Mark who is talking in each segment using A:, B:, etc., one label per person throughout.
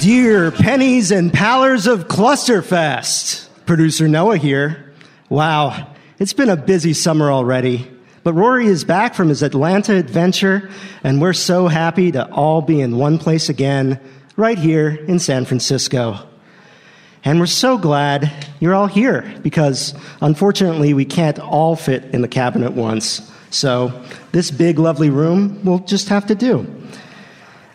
A: Dear pennies and pallors of Clusterfest, producer Noah here. Wow, it's been a busy summer already. But Rory is back from his Atlanta adventure, and we're so happy to all be in one place again, right here in San Francisco. And we're so glad you're all here, because unfortunately, we can't all fit in the cabin at once. So, this big, lovely room will just have to do.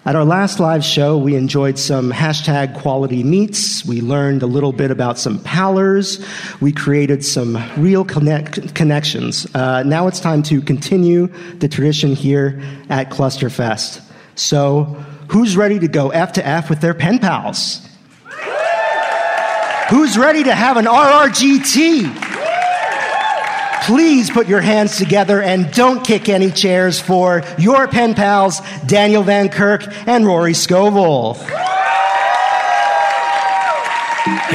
A: At our last live show, we enjoyed some hashtag quality meats. We learned a little bit about some pallors. We created some real connect- connections. Uh, now it's time to continue the tradition here at Clusterfest. So, who's ready to go F to F with their pen pals? Who's ready to have an RRGT? Please put your hands together and don't kick any chairs for your pen pals, Daniel Van Kirk and Rory Scovel.
B: If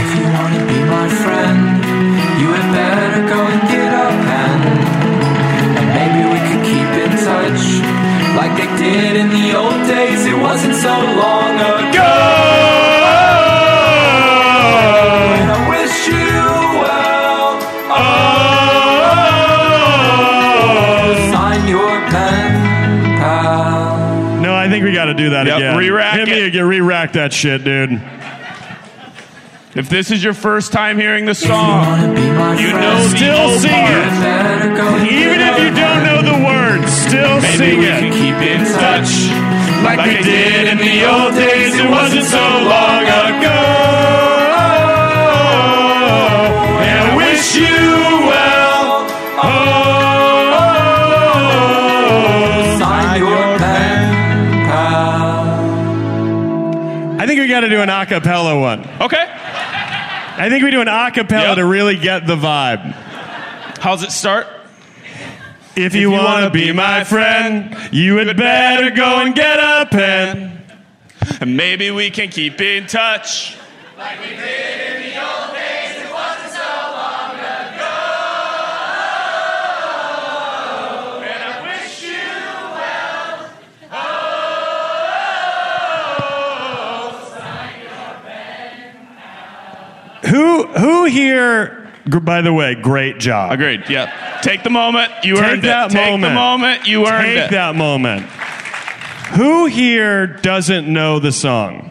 B: you wanna be my friend, you had better go and get a pen. And maybe we could keep in touch like they did in the old days. It wasn't so long ago. And I wish you well. Oh, sign your pen pal.
C: No, I think we got to do that
D: Yep,
C: again.
D: re-rack
C: Hit me
D: it.
C: again. Re-rack that shit, dude.
D: If this is your first time hearing the song, you know the
C: Still
D: old
C: sing
D: part.
C: it. Even if you don't know the words, still
D: Maybe
C: sing
D: we
C: it.
D: can keep in touch like,
C: Like
D: they did in the old days. It wasn't so long ago. And I wish you well. Oh,
B: Sign your pen pal.
C: I think we got to do an a cappella one.
D: okay.
C: I think we do an a cappella
D: Yep.
C: to really get the vibe.
D: How's it start?
C: If you, want to be my friend, you had better go and get a pen.
D: And maybe we can keep in touch.
C: Who who here? gr- By the way, great job.
D: Agreed. Yeah. Take the moment. You
C: Take
D: earned
C: that
D: it. Take
C: moment.
D: the moment. You earned
C: Take
D: it.
C: that moment. Who here doesn't know the song?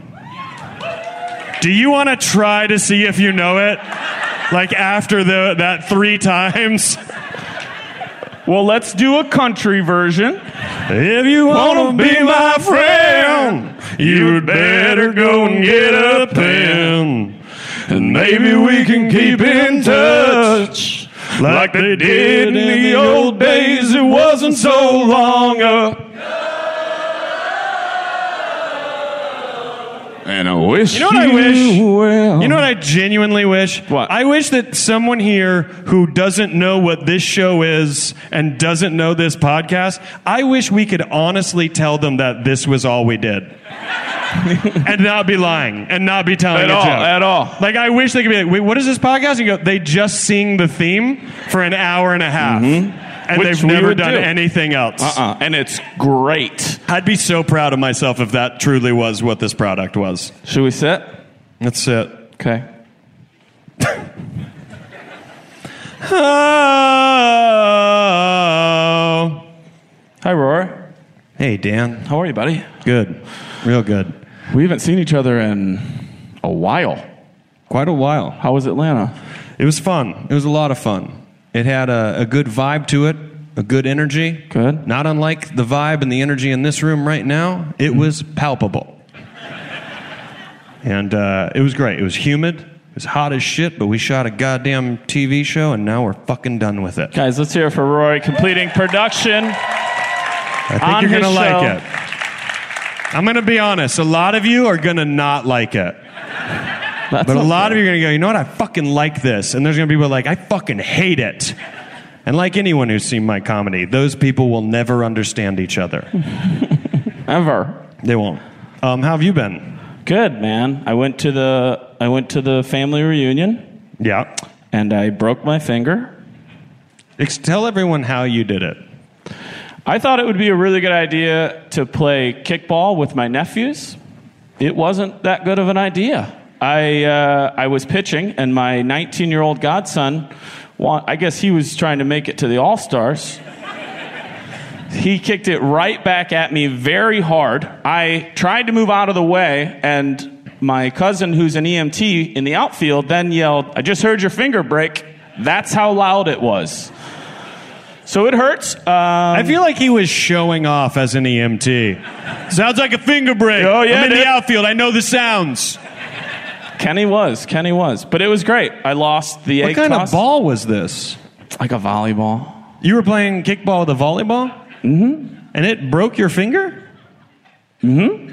C: Do you want to try to see if you know it? Like after the, that three times?
D: Well, let's do a country version.
C: If you want to be my friend, you'd better go and get a pen. And maybe we can keep in touch like they did in the old days. It wasn't so long ago.
D: And I wish. You
C: know what I wish?
D: Well.
C: You know what I genuinely wish?
D: What?
C: I wish that someone here who doesn't know what this show is and doesn't know this podcast, I wish we could honestly tell them that this was all we did. and not be lying and not be telling
B: At
C: a
B: all,
C: joke.
B: at all.
C: Like I wish they could be like, wait, what is this podcast? And you go, they just sing the theme for an hour and a half, and
B: Mm-hmm. Which
C: they've
B: we
C: never
B: would
C: done
B: do.
C: anything else.
B: Uh-uh. And it's great.
C: I'd be so proud of myself if that truly was what this product was.
B: Should we sit?
C: That's it.
B: Okay.
C: Oh.
B: Hi, Rory.
C: Hey, Dan.
B: How are you, buddy?
C: Good. Real good.
B: We haven't seen each other in a while.
E: Quite a while.
B: How was Atlanta?
C: It was fun.
E: It was a lot of fun. It had a, a good vibe to it, a good energy.
B: Good.
E: Not unlike the vibe and the energy in this room right now, it was palpable.
C: And uh,
E: It was great. It was humid. It was hot as shit, but we shot a goddamn TV show and now we're fucking done with it.
B: Guys, let's hear it for Rory completing production.
C: I think
B: on
C: you're
B: his
C: gonna like
B: show.
C: it. I'm gonna be honest. A lot of you are gonna not like it,
B: That's
C: but a lot of you are gonna go. You know what? I fucking like this. And there's gonna be people like I fucking hate it. And like anyone who's seen my comedy, those people will never understand each other.
B: ever.
C: They won't. Um, how have you been?
B: Good, man. I went to the Uh, I went to the family reunion
C: Yeah.
B: and I broke my finger.
C: Ex- tell everyone how you did it.
B: I thought it would be a really good idea to play kickball with my nephews. It wasn't that good of an idea. I, uh, I was pitching, and my 19 year old godson, wa- I guess he was trying to make it to the All Stars. He kicked it right back at me very hard. I tried to move out of the way, and my cousin, who's an EMT in the outfield, then yelled, I just heard your finger break. That's how loud it was. So it hurts. Um,
C: I feel like he was showing off as an EMT. Sounds like a finger break.
B: Oh, yeah,
C: I'm in
B: dude.
C: the outfield. I know the sounds.
B: Kenny was. Kenny was. But it was great. I lost the egg
E: What kind
B: toss.
E: of ball was this?
B: Like a volleyball.
E: You were playing kickball with a volleyball? Mm-hmm. And it broke your finger?
B: Mm-hmm.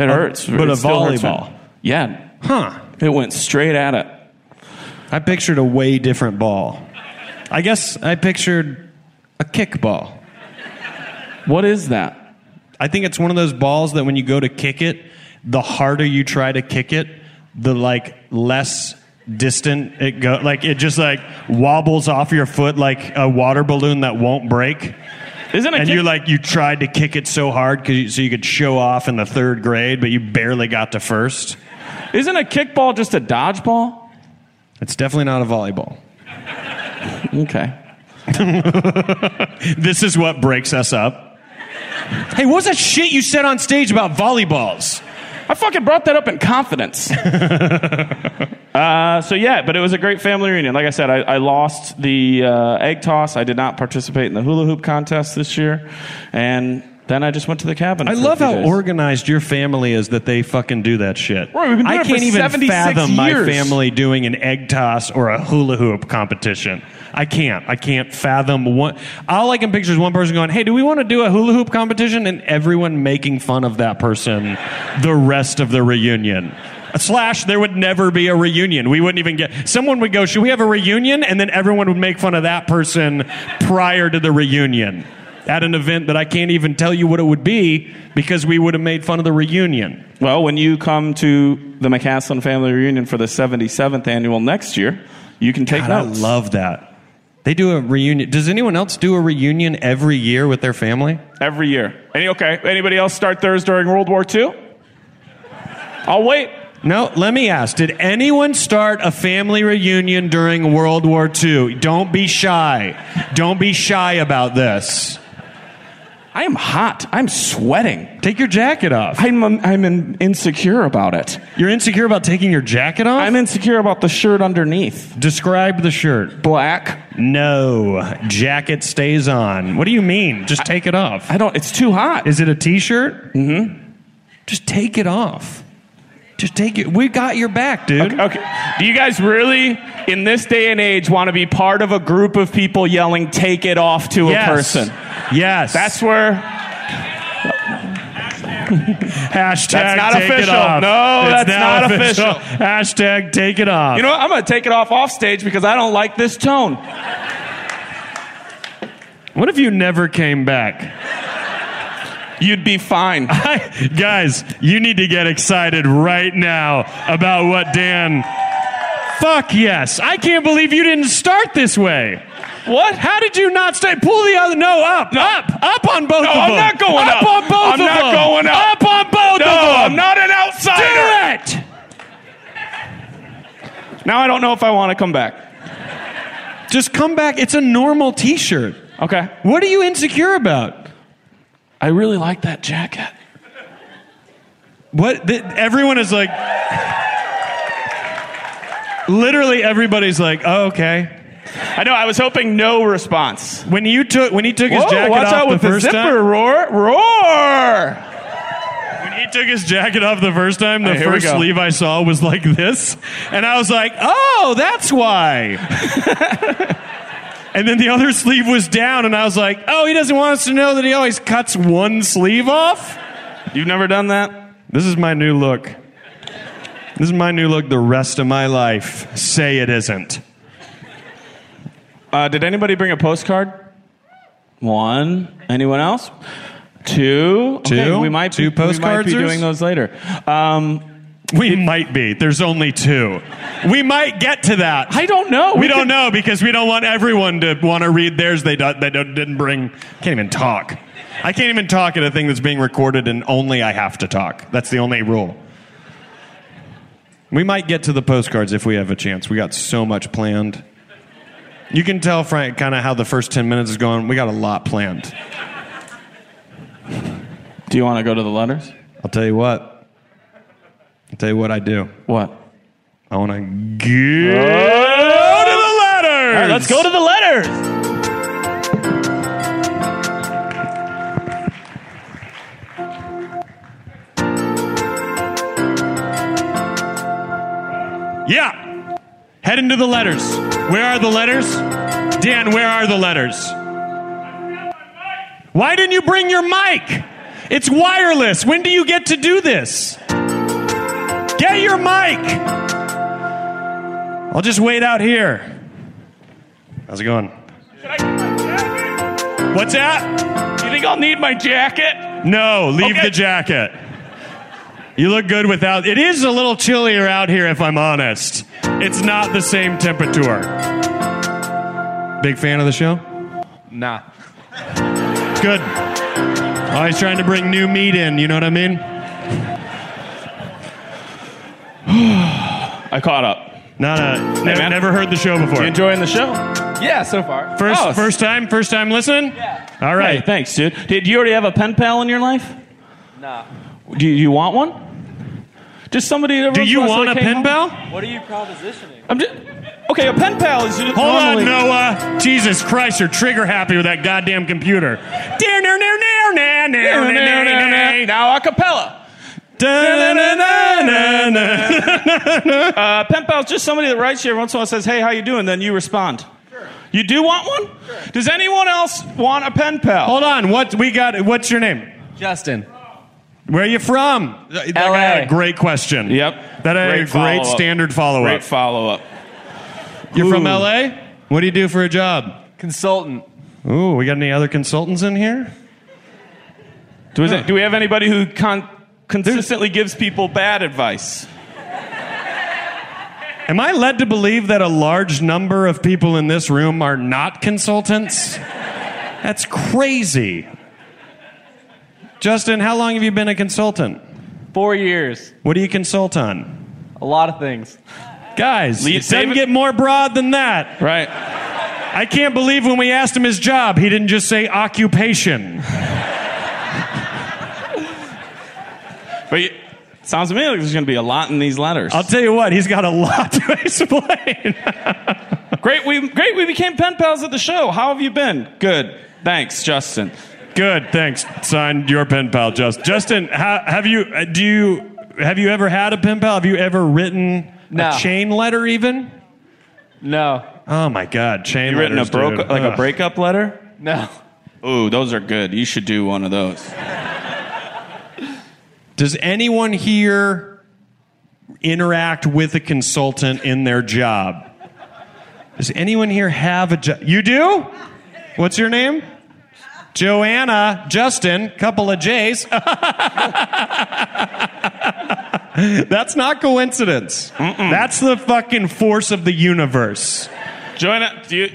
B: It
C: Uh,
B: hurts.
E: but
B: It
E: a
B: still hurts.
E: volleyball.
B: Yeah.
E: Huh.
B: It went straight at it.
E: I pictured a way different ball. I guess I pictured a kickball.
B: What is that?
E: I think it's one of those balls that when you go to kick it,
C: the harder you try to kick it, the like less distant it go like it just like wobbles off your foot like a water balloon that won't break
B: Isn't it?
C: and you're like you tried to kick it so hard cause you, so you could show off in the third grade but you barely got to first
B: isn't a kickball just a dodgeball?
E: it's definitely not a volleyball.
B: Okay.
C: this is what breaks us up
E: Hey, what was that shit you said on stage about volleyballs?
B: I fucking brought that up in confidence. uh, so yeah, but it was a great family reunion. Like I said, I, I lost the uh, egg toss. I did not participate in the hula hoop contest this year, and then I just went to the cabin.
C: i
B: for a
C: love
B: few
C: how
B: days.
C: organized your family is that they fucking do that shit
B: Roy, we've been doing
C: i
B: it for
C: can't even
B: 76
C: fathom my
B: years.
C: family doing an egg toss or a hula hoop competition i can't i can't fathom one all i can picture is one person going hey do we want to do a hula hoop competition and everyone making fun of that person the rest of the reunion slash there would never be a reunion we wouldn't even get someone would go should we have a reunion and then everyone would make fun of that person prior to the reunion at an event that i can't even tell you what it would be because we would have made fun of the reunion
B: Well, when you come to the McCaslin family reunion for the 77th annual next year, you can take
C: God, I
B: notes.
C: love that.
E: They do a reunion. Does anyone else do a reunion every year with their family?
B: every year. Any, okay, anybody else start theirs during World War II? I'll wait.
C: No, let me ask. Did anyone start a family reunion during World War II? Don't be shy. Don't be shy about this.
B: I am hot. I'm sweating.
C: Take your jacket off.
B: I'm, um, I'm in, insecure about it.
C: You're insecure about taking your jacket off?
B: I'm insecure about the shirt underneath.
C: Describe the shirt.
B: Black.
C: No, jacket stays on. What do you mean? Just take it off.
B: I don't. Mm-hmm. It's too hot.
C: Is it a t-shirt?
E: Just take it off. Just take it. We got your back, dude.
B: okay. Do you guys really, in this day and age, want to be part of a group of people yelling "Take it off" to
C: Yes.
B: a person?
C: Yes.
B: That's where
C: hashtag
B: That's not
C: take it
B: official.
C: off.
B: No,
C: It's
B: that's not official.
C: Hashtag take it off.
B: You know what? I'm going to take it off off stage because I don't like this tone.
C: What if you never came back?
B: You'd be fine.
C: Guys, you need to get excited right now about what Dan. Fuck yes. I can't believe you didn't start this way.
B: What?
C: How did you not stay? Pull the other. No, up. Up. Up on both
B: No,
C: of them.
B: I'm not going up.
C: Up on both
B: I'm
C: of them.
B: not going up.
C: Up on both
B: no,
C: of them.
B: I'm not an outsider.
C: Do it.
B: Now I don't know if I want to come back.
F: Just come back. It's a normal t shirt.
B: Okay.
F: What are you insecure about?
B: I really like that jacket.
C: What? th everyone is like. Literally, everybody's like, oh, okay.
B: I know. I was hoping no response.
C: When you took when he took his
B: Whoa,
C: jacket
B: watch
C: off
B: out
C: the
B: with
C: first
B: the zipper!
C: time,
B: Roar! Roar!
C: when he took his jacket off the first time, the
B: All right, here we
C: first
B: go.
C: sleeve I saw was like this, and I was like, "Oh, that's why." and then the other sleeve was down, and I was like, "Oh, he doesn't want us to know that he always cuts one sleeve off."
B: You've never done that?
C: This is my new look. This is my new look. The rest of my life, say it isn't.
B: Uh, did anybody bring a postcard? One. Anyone else? Two. Okay,
F: Two?
B: we might
F: Two
B: be, we might be
F: postcardsers?
B: doing those later. Um,
C: We might be. There's only two. We might get to that.
B: I don't know.
C: We,
B: We
C: don't
B: could-
C: know because we don't want everyone to want to read theirs. They don't, they don't, didn't bring. Can't even talk. I can't even talk at a thing that's being recorded, and only I have to talk. That's the only rule.
F: We might get to the postcards if we have a chance. We got so much planned. You can tell, Frank, kind of how the first 10 minutes is going. We got a lot planned.
B: do you want to go to the letters?
F: I'll tell you what. I'll tell you what I do.
B: What?
F: I want to get.
C: Go to the letters.
B: All right, let's go to the letters.
C: Yeah. Head into the letters. Where are the letters? Dan, where are the letters? Why didn't you bring your mic? It's wireless. When do you get to do this? Get your mic. I'll just wait out here. How's it going? What's that?
B: Do you think I'll need my jacket?
C: No, leave
B: Okay.
C: the jacket. You look good without. It is a little chillier out here, if I'm honest. It's not the same temperature.
F: Big fan of the show?
B: Nah.
C: Good. Always trying to bring new meat in. You know what I mean?
B: I caught up.
C: Not a. Never,
B: man.
C: never heard the show before.
B: You enjoying the show? Yeah, so far.
C: first,
B: Oh,
C: first time, first time listening. All
B: Hey,
C: right.
B: thanks, dude. Did you already have a pen pal in your life? Nah. Do you, you want one? Just somebody. that
C: Do you
B: wants to,
C: want a
B: like, hey,
C: pen pal?
B: I'm just, okay, a pen pal is just
C: Hold
B: normally,
C: on, Noah. Jesus Christ, you're trigger happy with that goddamn computer.
B: Now a cappella. Uh, pen pal's just somebody that writes you every once in a while and says, "Hey, how you doing?" Then you respond. You do want one? Does anyone else want a pen pal?
C: Hold on. What we got? What's your name?
G: Justin.
C: Where are you from? That guy had a great question.
B: Yep.
C: That had a
B: Great
C: great
B: follow-up.
C: standard follow up.
B: Great follow up.
F: You're from
B: Ooh.
F: LA? What do you do for a job?
G: Consultant.
C: Ooh, we got any other consultants in here?
B: Do, is it- do we have anybody who con- consistently gives people bad advice?
C: Am I led to believe that a large number of people in this room are not consultants? That's crazy. Justin, how long have you been a consultant?
G: Four years.
C: What do you consult on?
G: A lot of things.
C: Guys,
B: Lead-
C: it doesn't
B: David-
C: get more broad than that.
B: Right.
C: I can't believe when we asked him his job, he didn't just say occupation.
B: But you, sounds to me like there's going to be a lot in these letters.
C: I'll tell you what, he's got a lot to explain.
B: great, we great. We became pen pals at the show. How have you been? Good. Thanks, Justin.
C: Good, thanks. Signed your pen pal, Justin. Justin, ha have you uh, do you have you ever had a pen pal? Have you ever written
G: No.
C: a chain letter even?
G: No.
C: Oh my God, chain
B: You written a
C: letters,
B: broke
C: dude.
B: like a
C: Ugh.
B: breakup letter?
G: No.
B: Ooh, those are good. You should do one of those.
C: Does anyone here interact with a consultant in their job? Does anyone here have a job? You do? What's your name? Joanna, Justin, couple of J's. That's not coincidence. That's the fucking force of the universe.
B: Joanna, do you,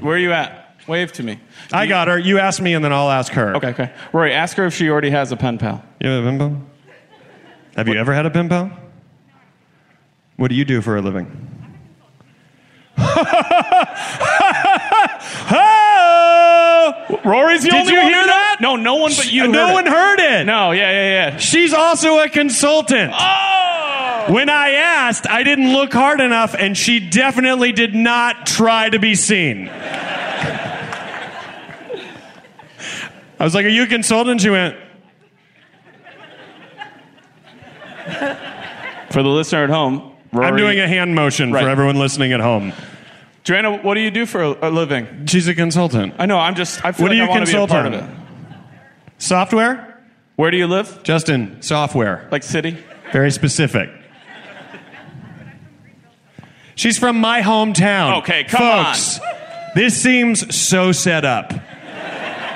B: where are you at? Wave to me.
C: I got her. You ask me, and then I'll ask her. Okay,
B: okay. Rory, ask her if she already has a pen pal.
C: You have a pen pal? Have you ever had a pen pal? What do you do for a living?
B: oh! Rory's
C: the
B: Did
C: only
B: you
C: one
B: hear
C: who
B: that? No, no one but you.
C: no
B: heard
C: one
B: it.
C: heard it.
B: No, yeah, yeah, Oh! yeah.
C: She's also a consultant. When I asked, I didn't look hard enough, and she definitely did not try to be seen. I was like, Are you a consultant? She went,
B: For the listener at
A: Um,
B: home, Rory,
C: I'm doing a hand motion
B: Right.
C: for everyone listening at home.
B: Joanna, what do you do for a, a living?
C: She's a consultant.
B: I know. I'm just. I feel
C: What
B: like
C: do
B: I
C: you
B: want to be a
C: consult
B: part of
C: on?
B: it.
C: Software?
B: Where do you live?
C: Justin, software.
B: Like city?
C: Very specific. She's from my hometown.
B: Okay, come on.
C: Folks, This seems so set up.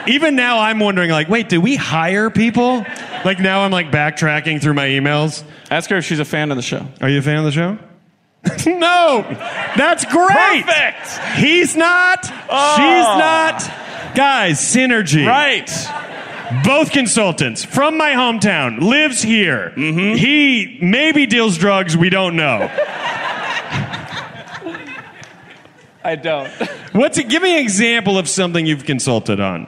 C: Even now, I'm wondering, like, wait, did we hire people? Like now, I'm like backtracking through my emails.
B: Ask her if she's a fan of the show.
C: Are you a fan of the show? no, that's great.
B: Perfect.
C: He's not.
B: Oh.
C: She's not. Guys, synergy.
B: Right.
C: Both consultants from my hometown lives here.
B: Mm-hmm.
C: He maybe deals drugs. We don't know.
A: I don't.
C: What's it? Give me an example of something you've consulted on.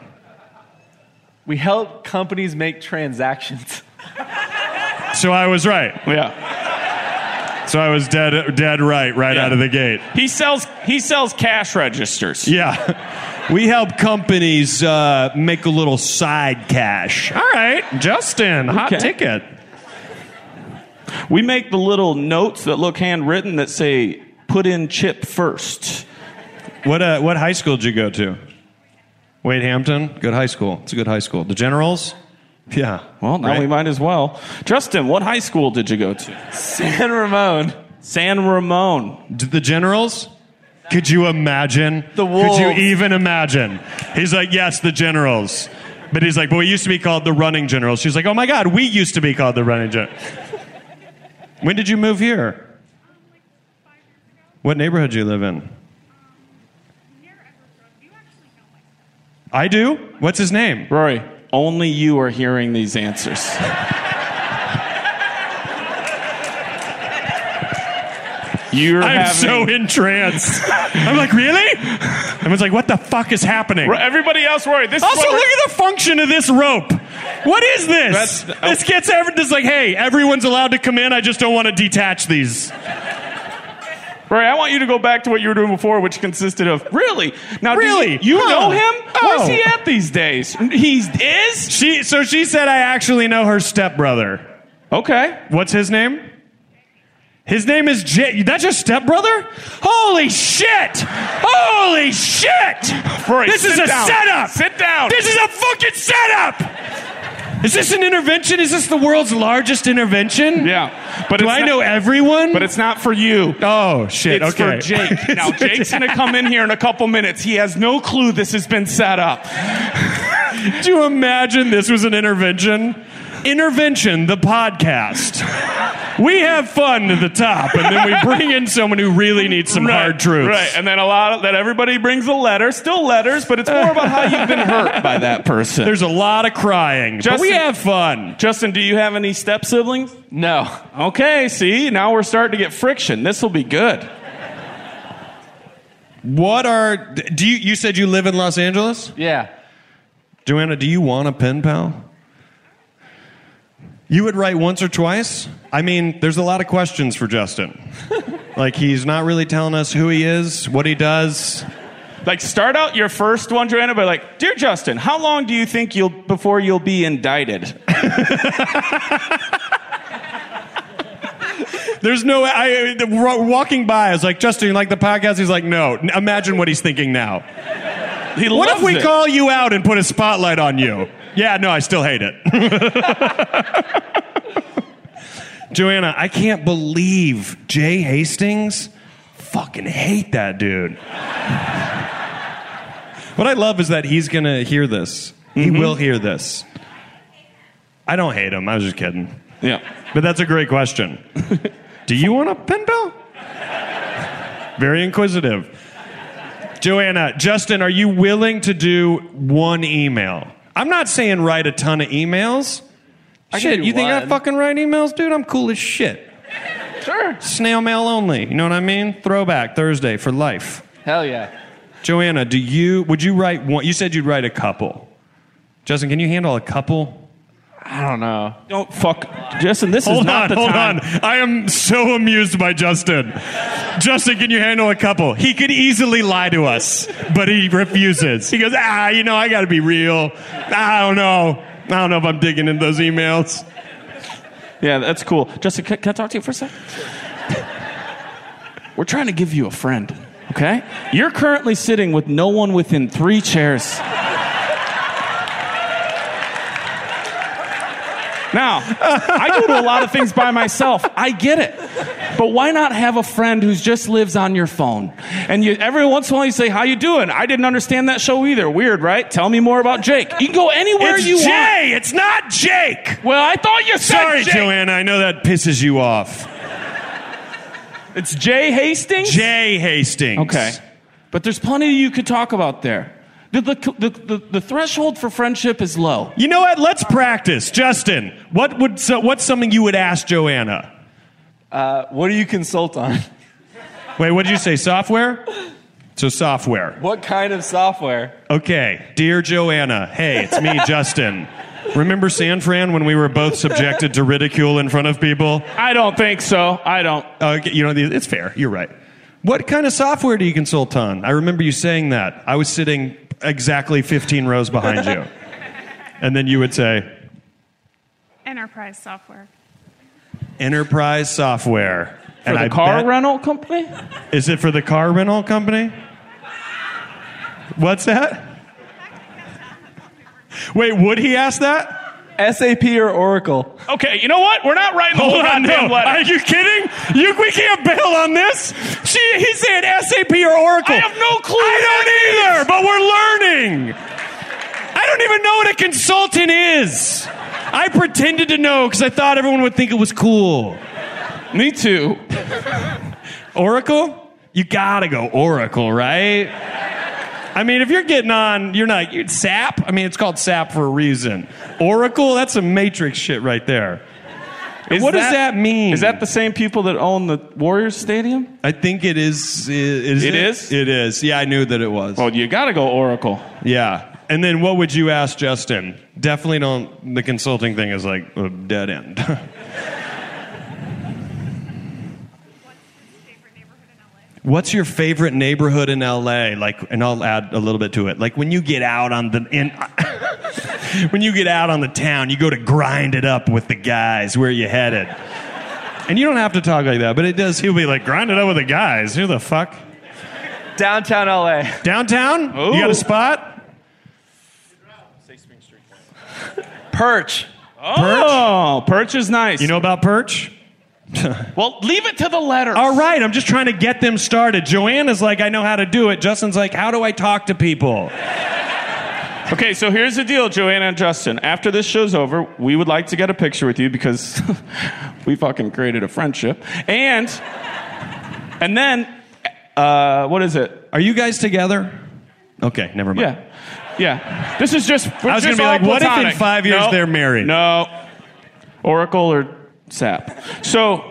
A: We help companies make transactions.
C: So I was right.
B: Yeah.
C: So I was dead, dead right, right
B: Yeah.
C: out of the gate.
B: He sells. He sells cash registers.
C: Yeah. We help companies uh, make a little side cash. All right, Justin, hot
B: Okay.
C: ticket.
B: We make the little notes that look handwritten that say "put in chip first.
C: What uh, what high school did you go to? Wade Hampton, good high school. It's a good high school. The Generals, yeah.
B: Well, now
C: Right.
B: we might as well. Justin, what high school did you go to?
A: San Ramon.
B: San Ramon.
C: D- the Generals. Could you imagine?
A: The
C: Could you
A: Wolves.
C: even imagine? He's like, yes, the Generals. But he's like, but we used to be called the Running Generals. She's like, oh my God, we used to be called the Running Generals. when did you move here? What neighborhood do you live in? I do. What's his name?
B: Rory, only you are hearing these answers. You're
C: I'm
B: having-
C: so entranced. I'm like, really? Everyone's like, what the fuck is happening?
B: Ro- Everybody else, Rory. This is
C: Also,
B: what
C: look
B: we're-
C: at the function of this rope. What is this?
B: That's- oh.
C: this gets every. This is like, hey, everyone's allowed to come in. I just don't want to detach these.
B: Rory, I want you to go back to what you were doing before, which consisted of really. Now, do
C: Really?
B: you, you
C: Huh.
B: know him? Where's
C: Oh.
B: he at these days? He is.
C: She. So she said, I actually know her stepbrother.
B: Okay.
C: What's his name? His name is J. That's your stepbrother? Holy shit! Holy shit!
B: Rory,
C: this is
B: sit
C: a
B: down.
C: setup.
B: Sit down.
C: This is a fucking setup. Is this an intervention? Is this the world's largest intervention?
B: Yeah, but
C: Do
B: it's
C: I
B: not-
C: know everyone?
B: But it's not for you.
C: oh shit.
B: It's
C: okay.
B: for Jake. Now Jake's gonna come in here in a couple minutes. He has no clue this has been set up.
C: Do you imagine this was an intervention? Intervention, the podcast. we have fun at the top, and then we bring in someone who really needs some hard truths.
B: Right, and then a lot of that everybody brings a letter, still letters, but it's more about how you've been hurt by that person.
C: There's a lot of crying, but we
B: Justin-
C: have fun.
B: Justin, do you have any step siblings?
A: No.
B: Okay, see, now we're starting to get friction. This will be good.
C: What are do you? You said you live in Los Angeles,
A: Yeah.
C: Joanna. Do you want a pen pal? You would write once or twice. I mean, there's a lot of questions for Justin. like he's not really telling us who he is, what he does.
B: Like start out your first one, Joanna, by like, dear Justin, how long do you think you'll before you'll be indicted?
C: There's no. I I- wa- walking by, I was like, Justin, you like the podcast? He's like, no. N- Imagine what he's thinking now.
B: He
C: What if
B: loves
C: we
B: it.
C: call you out and put a spotlight on you? Yeah, no, I still hate it. Joanna, I can't believe Jay Hastings fucking hate that dude. what I love is that he's gonna hear this. He
B: Mm-hmm.
C: will hear this. I don't hate him. I was just kidding.
B: Yeah.
C: But that's a great question. Do you want a pen pal? Very inquisitive. Joanna, Justin, are you willing to do one email? I'm not saying write a ton of emails.
H: I can
C: shit,
H: do
C: you think I
H: one.
C: fucking write emails, dude? I'm cool as shit.
H: Sure.
C: Snail mail only. You know what I mean? Throwback Thursday for life.
H: Hell yeah.
C: Joanna, do you would you write one? You said you'd write a couple. Justin, can you handle a couple?
B: I don't know. Don't fuck, Justin. This
C: hold
B: is not
C: on,
B: the
C: hold
B: time.
C: on. I am so amused by Justin. Justin, can you handle a couple? He could easily lie to us, but he refuses. He goes, ah, you know, I got to be real. I don't know. I don't know if I'm digging in those emails.
B: Yeah, that's cool. Justin, can, can I talk to you for a sec? We're trying to give you a friend, okay? You're currently sitting with no one within three chairs. Now, I do a lot of things by myself. I get it. But why not have a friend who just lives on your phone? And you, every once in a while you say, how you doing? I didn't understand that show either. Weird, right? Tell me more about Jake. You can go anywhere
C: it's
B: you
C: Jay.
B: want.
C: It's not Jake.
B: Well, I thought you said
C: Sorry,
B: Jake.
C: Joanna. I know that pisses you off.
B: It's Jay Hastings?
C: Jay Hastings.
B: Okay. But there's plenty you could talk about there. The, the, the, the, the threshold for friendship is low.
C: You know what? Let's practice, Justin. What would so, what's something you would ask Joanna?
H: Uh, what do you consult on?
C: Wait, what did you say? Software? So software.
H: What kind of software?
C: Okay, dear Joanna. Hey, it's me, Justin. Remember San Fran when we were both subjected to ridicule in front of people?
B: I don't think so. I don't.
C: Uh, you know, it's fair. You're right. What kind of software do you consult on? I remember you saying that. I was sitting exactly 15 rows behind you. And then you would say,
I: Enterprise software.
C: enterprise software.
B: For the car rental company?
C: Is it for the car rental company? What's that? Wait, would he ask that?
H: SAP or Oracle?
B: Okay, you know what? We're not writing the whole
C: Hold on, no.
B: goddamn letter.
C: Are you kidding? You, we can't bail on this. She, he's saying SAP or Oracle.
B: I have no clue what
C: I don't either, but we're learning. I don't even know what a consultant is. I pretended to know because I thought everyone would think it was cool.
B: Me too.
C: Oracle? You gotta go Oracle, right? I mean, if you're getting on, you're not you SAP. I mean, it's called SAP for a reason. Oracle, that's some matrix shit right there.
B: Is
C: what does that mean?
B: Is that the same people that own the Warriors Stadium?
C: I think it is. Is
B: It
C: it
B: is?
C: It is. Yeah, I knew that it was.
B: Well, you gotta go Oracle.
C: Yeah. And then what would you ask Justin? Definitely don't. The consulting thing is like a dead end. What's your favorite neighborhood in LA? Like, and I'll add a little bit to it. Like when you get out on the in, when you get out on the town, you go to grind it up with the guys. Where you headed? And you don't have to talk like that, but it does. He'll be like, grind it up with the guys. Who the fuck?
H: Downtown LA.
C: Downtown? You got
B: Ooh.
C: a spot?
H: Perch.
B: Oh, Perch is nice.
C: You know about Perch?
B: well, leave it to the letter.
C: All right, I'm just trying to get them started. Joanna's like, I know how to do it. Justin's like, how do I talk to people?
B: Okay, so here's the deal, Joanna and Justin. After this show's over, we would like to get a picture with you because we fucking created a friendship. And and then uh, what is it?
C: Are you guys together? Okay, never mind.
B: Yeah. Yeah. This is just we're
C: I was
B: just
C: gonna be
B: all
C: like, what if in
B: platonic.
C: five years
B: No.
C: they're married?
B: No. Oracle or SAP. So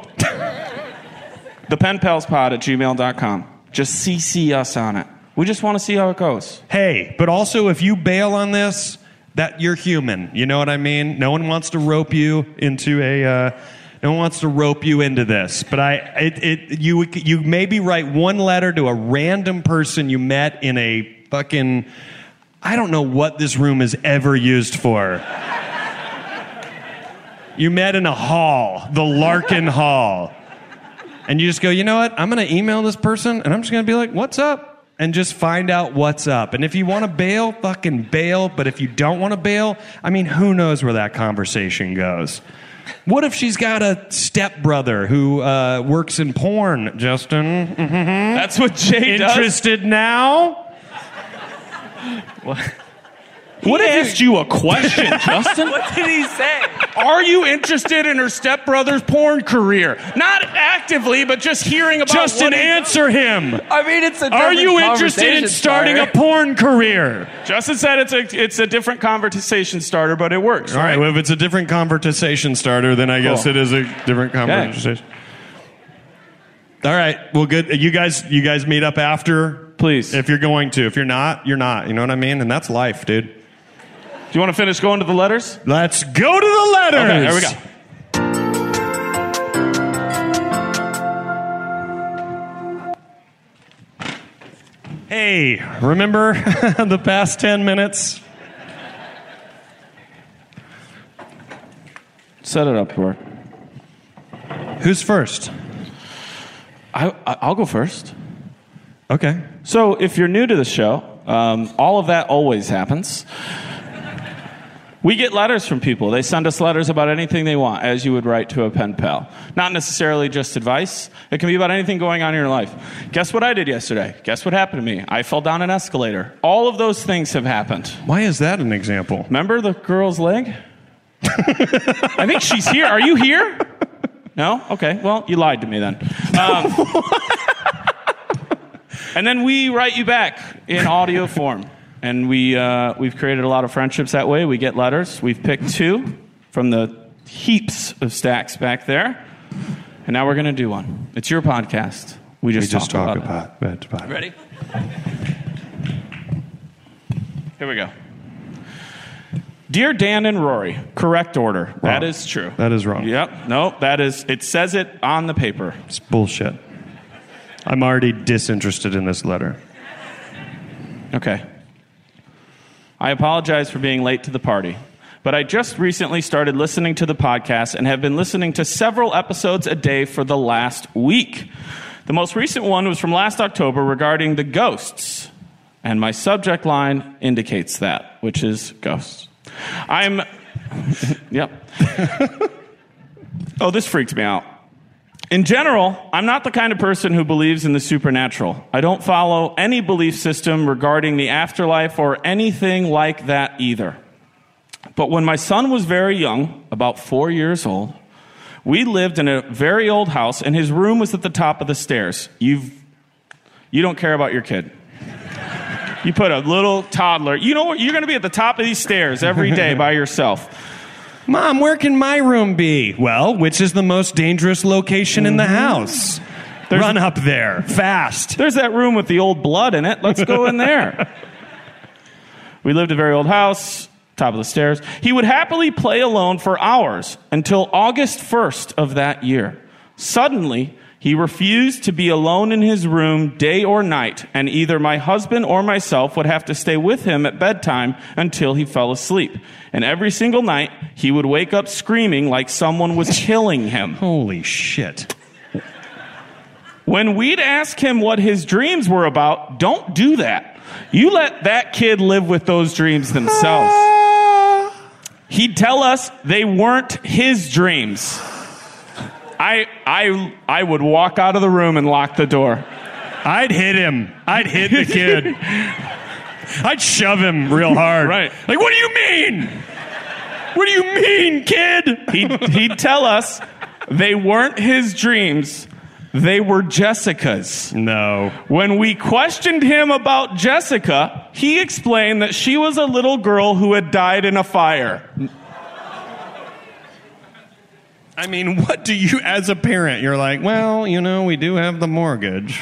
B: the pen pals pod at gmail.com. Just CC us on it. We just want to see how it goes.
C: Hey, but also if you bail on this, that you're human. You know what I mean? No one wants to rope you into a. Uh, no one wants to rope you into this, but I, it, it, you, you maybe write one letter to a random person you met in a fucking, I don't know what this room is ever used for. you met in a hall, the Larkin Hall. And you just go, you know what? I'm going to email this person and I'm just going to be like, what's up? And just find out what's up. And if you want to bail, fucking bail. But if you don't want to bail, I mean, who knows where that conversation goes? What if she's got a stepbrother who uh, works in porn, Justin? Mm-hmm.
B: That's what Jay does.
C: Interested now? What asked you a question, Justin?
J: what did he say?
C: Are you interested in her stepbrother's porn career? Not actively, but just hearing about.
K: Justin,
C: what he-
K: answer him.
J: I mean, it's a.
K: Are
J: different
K: you interested in
J: conversation
K: starting
J: starter.
K: a porn career?
C: Justin said it's a it's a different conversation starter, but it works.
K: All right. Well, if it's a different conversation starter, then I guess
C: Cool.
K: it is a different conversation. All right. Well, good. You guys, you guys meet up after,
C: please.
K: If you're going to, if you're not, you're not. You know what I mean? And that's life, dude.
C: Do you want to finish going to the letters?
K: Let's go to the letters.
C: Okay, there we go.
K: Hey, remember the past ten minutes?
C: Set it up for.
K: Who's first?
C: I, I- I'll go first.
K: Okay.
C: So, if you're new to the show, um, all of that always happens. We get letters from people. They send us letters about anything they want, as you would write to a pen pal. Not necessarily just advice, it can be about anything going on in your life. Guess what I did yesterday? Guess what happened to me? I fell down an escalator. All of those things have happened.
K: Why is that an example?
C: Remember the girl's leg? I think she's here. Are you here? No? Okay. Well, you lied to me then. Um, and then we write you back in audio form. And we, uh, we've created a lot of friendships that way. We get letters. We've picked two from the heaps of stacks back there. And now we're going to do one. It's your podcast. We
K: we
C: just,
K: just
C: talk,
K: talk
C: about,
K: about, about, about
C: Ready? it. Here we go. Dear Dan and Rory, correct order. That is true.
K: That is wrong.
C: Yep. No, that is, it says it on the paper.
K: It's bullshit. I'm already disinterested in this letter.
C: Okay. I apologize for being late to the party, but I just recently started listening to the podcast and have been listening to several episodes a day for the last week. The most recent one was from last October regarding the ghosts, and my subject line indicates that, which is ghosts. I'm. yep. oh, this freaked me out. In general, I'm not the kind of person who believes in the supernatural. I don't follow any belief system regarding the afterlife or anything like that either. But when my son was very young, about four years old, we lived in a very old house and his room was at the top of the stairs. You've, you don't care about your kid. You put a little toddler, you know what? You're going to be at the top of these stairs every day by yourself.
K: Mom, where can my room be? Well, which is the most dangerous location in the house? Run up
C: Mm-hmm.
K: there, fast.
C: There's that room with the old blood in it. Let's go in there. we lived in a very old house, top of the stairs. He would happily play alone for hours until August 1st of that year. Suddenly, he refused to be alone in his room day or night, and either my husband or myself would have to stay with him at bedtime until he fell asleep. And every single night, he would wake up screaming like someone was killing him.
K: Holy shit.
C: When we'd ask him what his dreams were about, don't do that. You let that kid live with those dreams themselves. He'd tell us they weren't his dreams. I, I, I would walk out of the room and lock the door.
K: I'd hit him. I'd hit the kid. I'd shove him real hard.
C: Right.
K: Like, what do you mean? What do you mean, kid?
C: He'd, he'd tell us they weren't his dreams, they were Jessica's.
K: No.
C: When we questioned him about Jessica, he explained that she was a little girl who had died in a fire.
K: I mean, what do you, as a parent, you're like, well, you know, we do have the mortgage.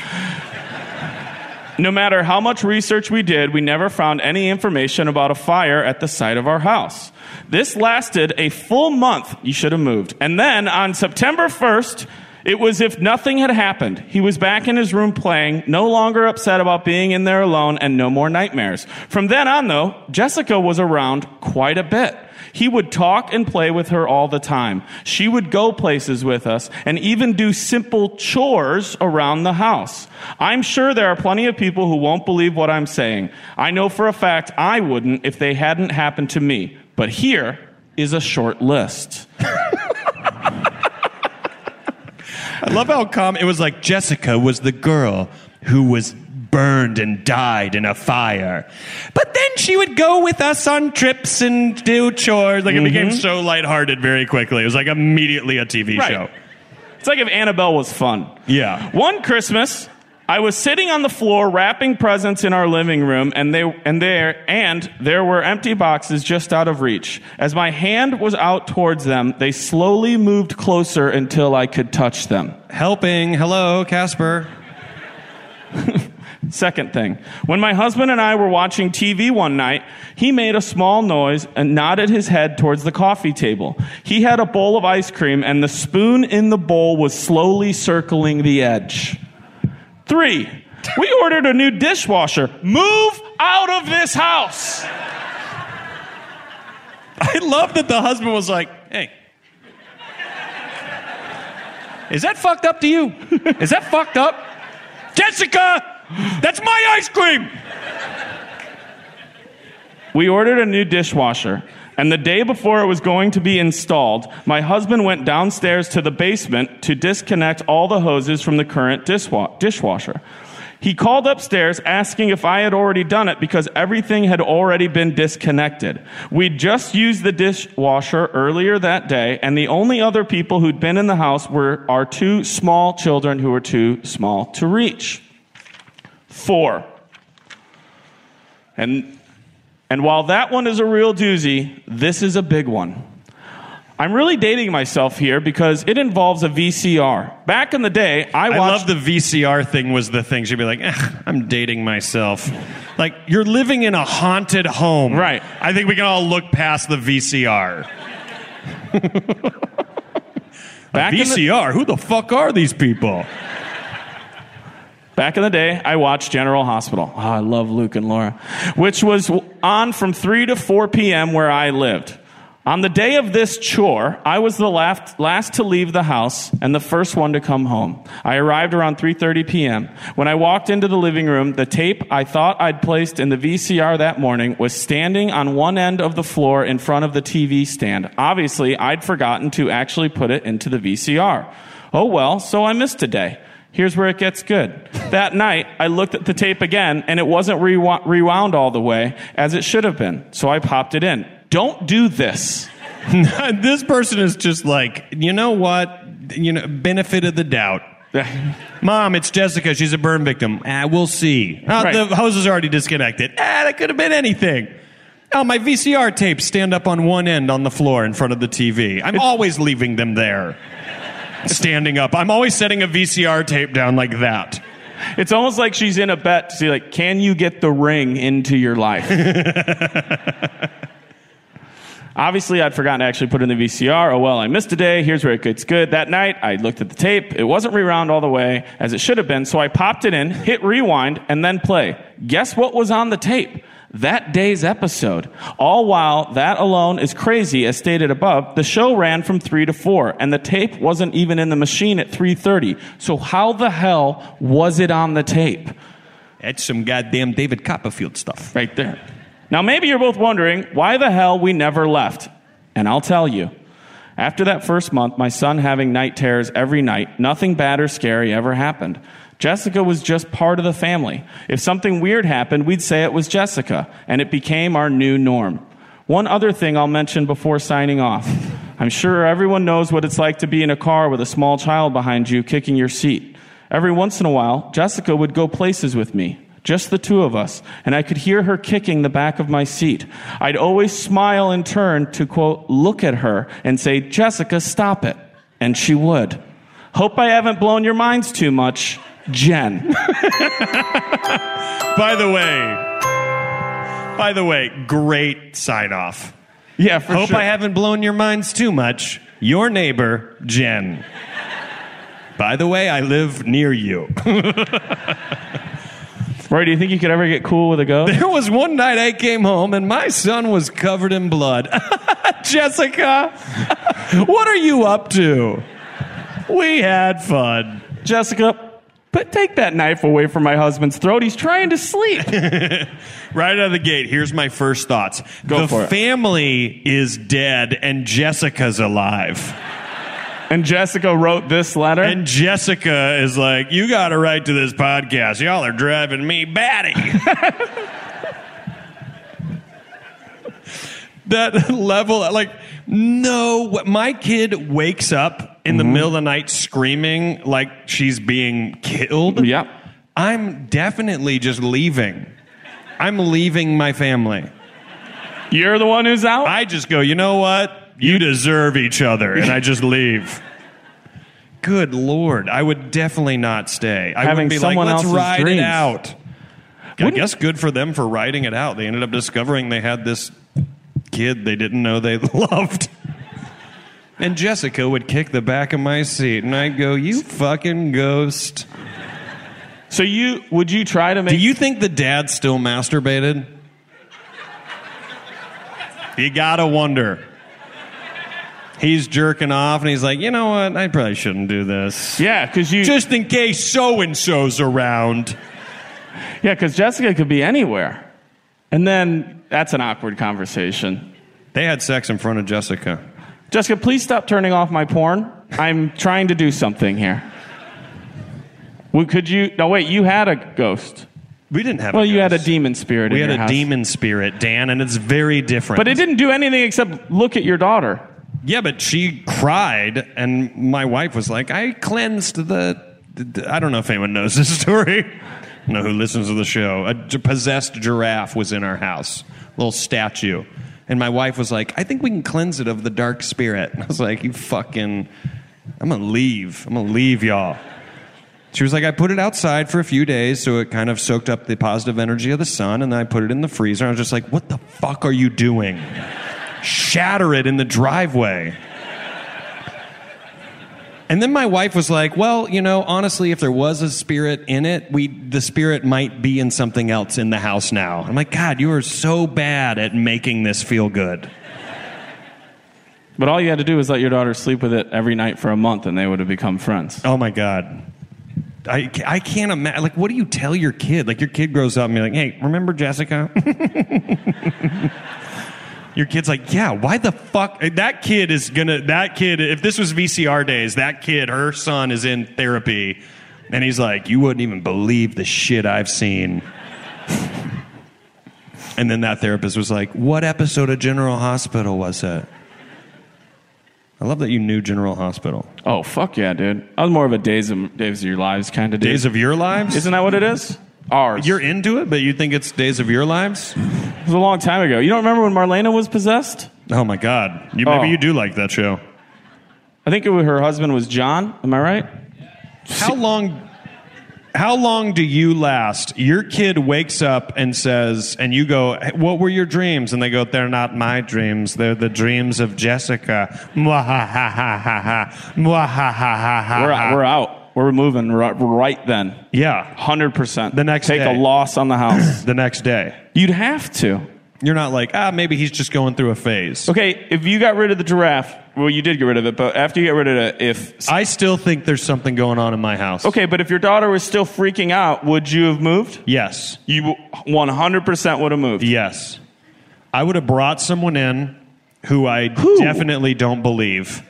C: No matter how much research we did, we never found any information about a fire at the site of our house. This lasted a full month. You should have moved. And then on September 1st, it was if nothing had happened. He was back in his room playing, no longer upset about being in there alone, and no more nightmares. From then on, though, Jessica was around quite a bit. He would talk and play with her all the time. She would go places with us and even do simple chores around the house. I'm sure there are plenty of people who won't believe what I'm saying. I know for a fact I wouldn't if they hadn't happened to me. But here is a short list.
K: I love how calm it was like Jessica was the girl who was
B: burned and died in a fire. But then she would go with us on trips and do chores. Like it became
C: Mhm.
B: so lighthearted very quickly. It was like immediately a TV
C: Right.
B: show.
C: It's like if Annabelle was fun.
B: Yeah.
C: One Christmas, I was sitting on the floor wrapping presents in our living room, and they and there and there were empty boxes just out of reach. As my hand was out towards them, they slowly moved closer until I could touch them.
B: Helping. Hello, Casper.
C: Second thing, when my husband and I were watching TV one night, he made a small noise and nodded his head towards the coffee table. He had a bowl of ice cream, and the spoon in the bowl was slowly circling the edge. Three, we ordered a new dishwasher. Move out of this house.
B: I love that the husband was like, hey, is that fucked up to you? Is that fucked up? Jessica, that's my ice cream.
C: We ordered a new dishwasher, and the day before it was going to be installed, my husband went downstairs to the basement to disconnect all the hoses from the current dishwa- dishwasher. He called upstairs asking if I had already done it because everything had already been disconnected. We'd just used the dishwasher earlier that day, and the only other people who'd been in the house were our two small children who were too small to reach. Four. And and while that one is a real doozy, this is a big one. I'm really dating myself here because it involves a VCR. Back in the day, I
B: I,
C: watched.
B: love the VCR thing was the thing. She'd be like, "Eh, I'm dating myself. Like, you're living in a haunted home. Right. I think we can all look past the VCR.
C: Back in the-
B: VCR? Who the fuck are these people?
C: Back in the day, I watched General Hospital. Oh, I love Luke and Laura, which was on from 3 to 4 p.m. where I lived. On the day of this chore, I was the last, last to leave the house and the first one to come home. I arrived around 3:30 p.m. When I walked into the living room, the tape I thought I'd placed in the VCR that morning was standing on one end of the floor in front of the TV stand. Obviously, I'd forgotten to actually put it into the VCR. Oh well, so I missed a day. Here's where it gets good. That night, I looked at the tape again, and it wasn't rewo- rewound all the way as it should have been. So I popped it in. Don't do this.
B: this person is just like, you know what? You know, benefit of the doubt. Mom, it's Jessica. She's a burn victim. Ah, we'll see. Ah,
C: Right.
B: The hoses are already disconnected. Ah, that could have been anything. Oh, my VCR tapes stand up on one end on the floor in front of the TV. I'm always leaving them there, standing up. I'm always setting a VCR tape down like that.
C: It's almost like she's in a bet to see, like, can you get the ring into your life? Obviously, I'd forgotten to actually put in the VCR. Oh well, I missed a day. Here's where it gets good. That night, I looked at the tape. It wasn't rewound all the way as it should have been, so I popped it in, hit rewind, and then play. Guess what was on the tape? That day's episode. All while that alone is crazy, as stated above, the show ran from three to four, and the tape wasn't even in the machine at three thirty. So how the hell was it on the tape?
B: That's some goddamn David Copperfield stuff.
C: Right there. Now, maybe you're both wondering why the hell we never left. And I'll tell you. After that first month, my son having night terrors every night, nothing bad or scary ever happened. Jessica was just part of the family. If something weird happened, we'd say it was Jessica, and it became our new norm. One other thing I'll mention before signing off. I'm sure everyone knows what it's like to be in a car with a small child behind you kicking your seat. Every once in a while, Jessica would go places with me, just the two of us, and I could hear her kicking the back of my seat. I'd always smile in turn to, quote, look at her and say, Jessica, stop it. And she would. Hope I haven't blown your minds too much, Jen.
B: By the way, by the way, great sign off.
C: Yeah, for
B: Hope
C: sure.
B: I haven't blown your minds too much. Your neighbor, Jen. by the way, I live near you.
C: Roy, do you think you could ever get cool with a ghost?
B: there was one night I came home and my son was covered in blood. Jessica, what are you up to? We had fun.
C: Jessica, but take that knife away from my husband's throat. He's trying to sleep.
B: Right out of the gate, here's my first thoughts.
C: Go
B: the
C: for it.
B: family is dead and Jessica's alive.
C: And Jessica wrote this letter.
K: And Jessica is like, You got a right to this podcast. Y'all are driving me batty. that level, like, no. My kid wakes up in the
C: Mm-hmm.
K: middle of the night screaming like she's being killed. Yep. I'm definitely just leaving. I'm leaving my family.
C: You're the one who's out?
K: I just go, you know what? You deserve each other. And I just leave. Good Lord. I would definitely not stay. I
C: Having
K: wouldn't be
C: someone
K: like, let's
C: else's
K: ride
C: dreams."
K: it out. I guess good for them for riding it out. They ended up discovering they had this kid they didn't know they loved. And Jessica would kick the back of my seat, and I'd go, "You fucking ghost."
C: So you would you try to make?
K: Do you think the dad still masturbated? you gotta wonder. He's jerking off, and he's like, "You know what? I probably shouldn't do this."
C: Yeah, because you
K: just in case so and so's around.
C: Yeah, because Jessica could be anywhere. And then that's an awkward conversation.
K: They had sex in front of Jessica.
C: Jessica, please stop turning off my porn. I'm trying to do something here. Well, could you? No, wait, you had a ghost.
K: We didn't have
C: Well, you had a demon spirit
K: We had
C: in your
K: a
C: house.
K: demon spirit, Dan, and it's very different.
C: But it didn't do anything except look at your daughter.
K: Yeah, but she cried, and my wife was like, I cleansed the. I don't know if anyone knows this story. I don't know who listens to the show. A gi- possessed giraffe was in our house, little statue. And my wife was like, I think we can cleanse it of the dark spirit. I was like, You fucking. I'm going to leave. I'm going to leave y'all. She was like, I put it outside for a few days, so it kind of soaked up the positive energy of the sun, and then I put it in the freezer. I was just like, What the fuck are you doing? Shatter it in the driveway. And then my wife was like, "Well, you know, honestly, if there was a spirit in it, we the spirit might be in something else in the house now." I'm like, "God, you are so bad at making this feel good."
C: But all you had to do was let your daughter sleep with it every night for a month, and they would have become friends.
K: Oh my God. I, ca- I can't imagine. Like, what do you tell your kid? Like, your kid grows up and you're like, hey, remember Jessica? your kid's like, yeah, why the fuck? That kid is gonna, that kid, if this was VCR days, that kid, her son is in therapy. And he's like, you wouldn't even believe the shit I've seen. and then that therapist was like, what episode of General Hospital was it? I love that you knew General Hospital.
C: Oh fuck yeah, dude! I was more of a days of days of your lives kind of dude.
K: Days of Your Lives?
C: Isn't that what it is? Ours.
K: You're into it, but you think it's Days of Your Lives?
C: It was a long time ago. You don't remember when Marlena was possessed?
K: Oh my God! You, maybe
C: Oh.
K: you do like that show.
C: I think it was, her husband was John. Am I right?
K: How long? How long do you last? Your kid wakes up and says, and you go, "Hey, "What were your dreams?" And they go, "They're not my dreams. They're the dreams of Jessica." Mwahahahaha. Mwahahahaha.
C: We're, we're out. We're moving right, right then.
K: Uh-huh. Yeah,
C: hundred percent.
K: The next
C: take
K: day.
C: a loss on the house.
K: the next day.
C: You'd have to.
K: You're not like ah, maybe he's just going through a phase.
C: Okay, if you got rid of the giraffe, well, you did get rid of it. But after you get rid of it, if
K: I still think there's something going on in my house.
C: okay, but if your daughter was still freaking out, would you have moved?
K: Yes.
C: You one hundred percent would have moved.
K: Yes. I would have brought someone in who I definitely don't believe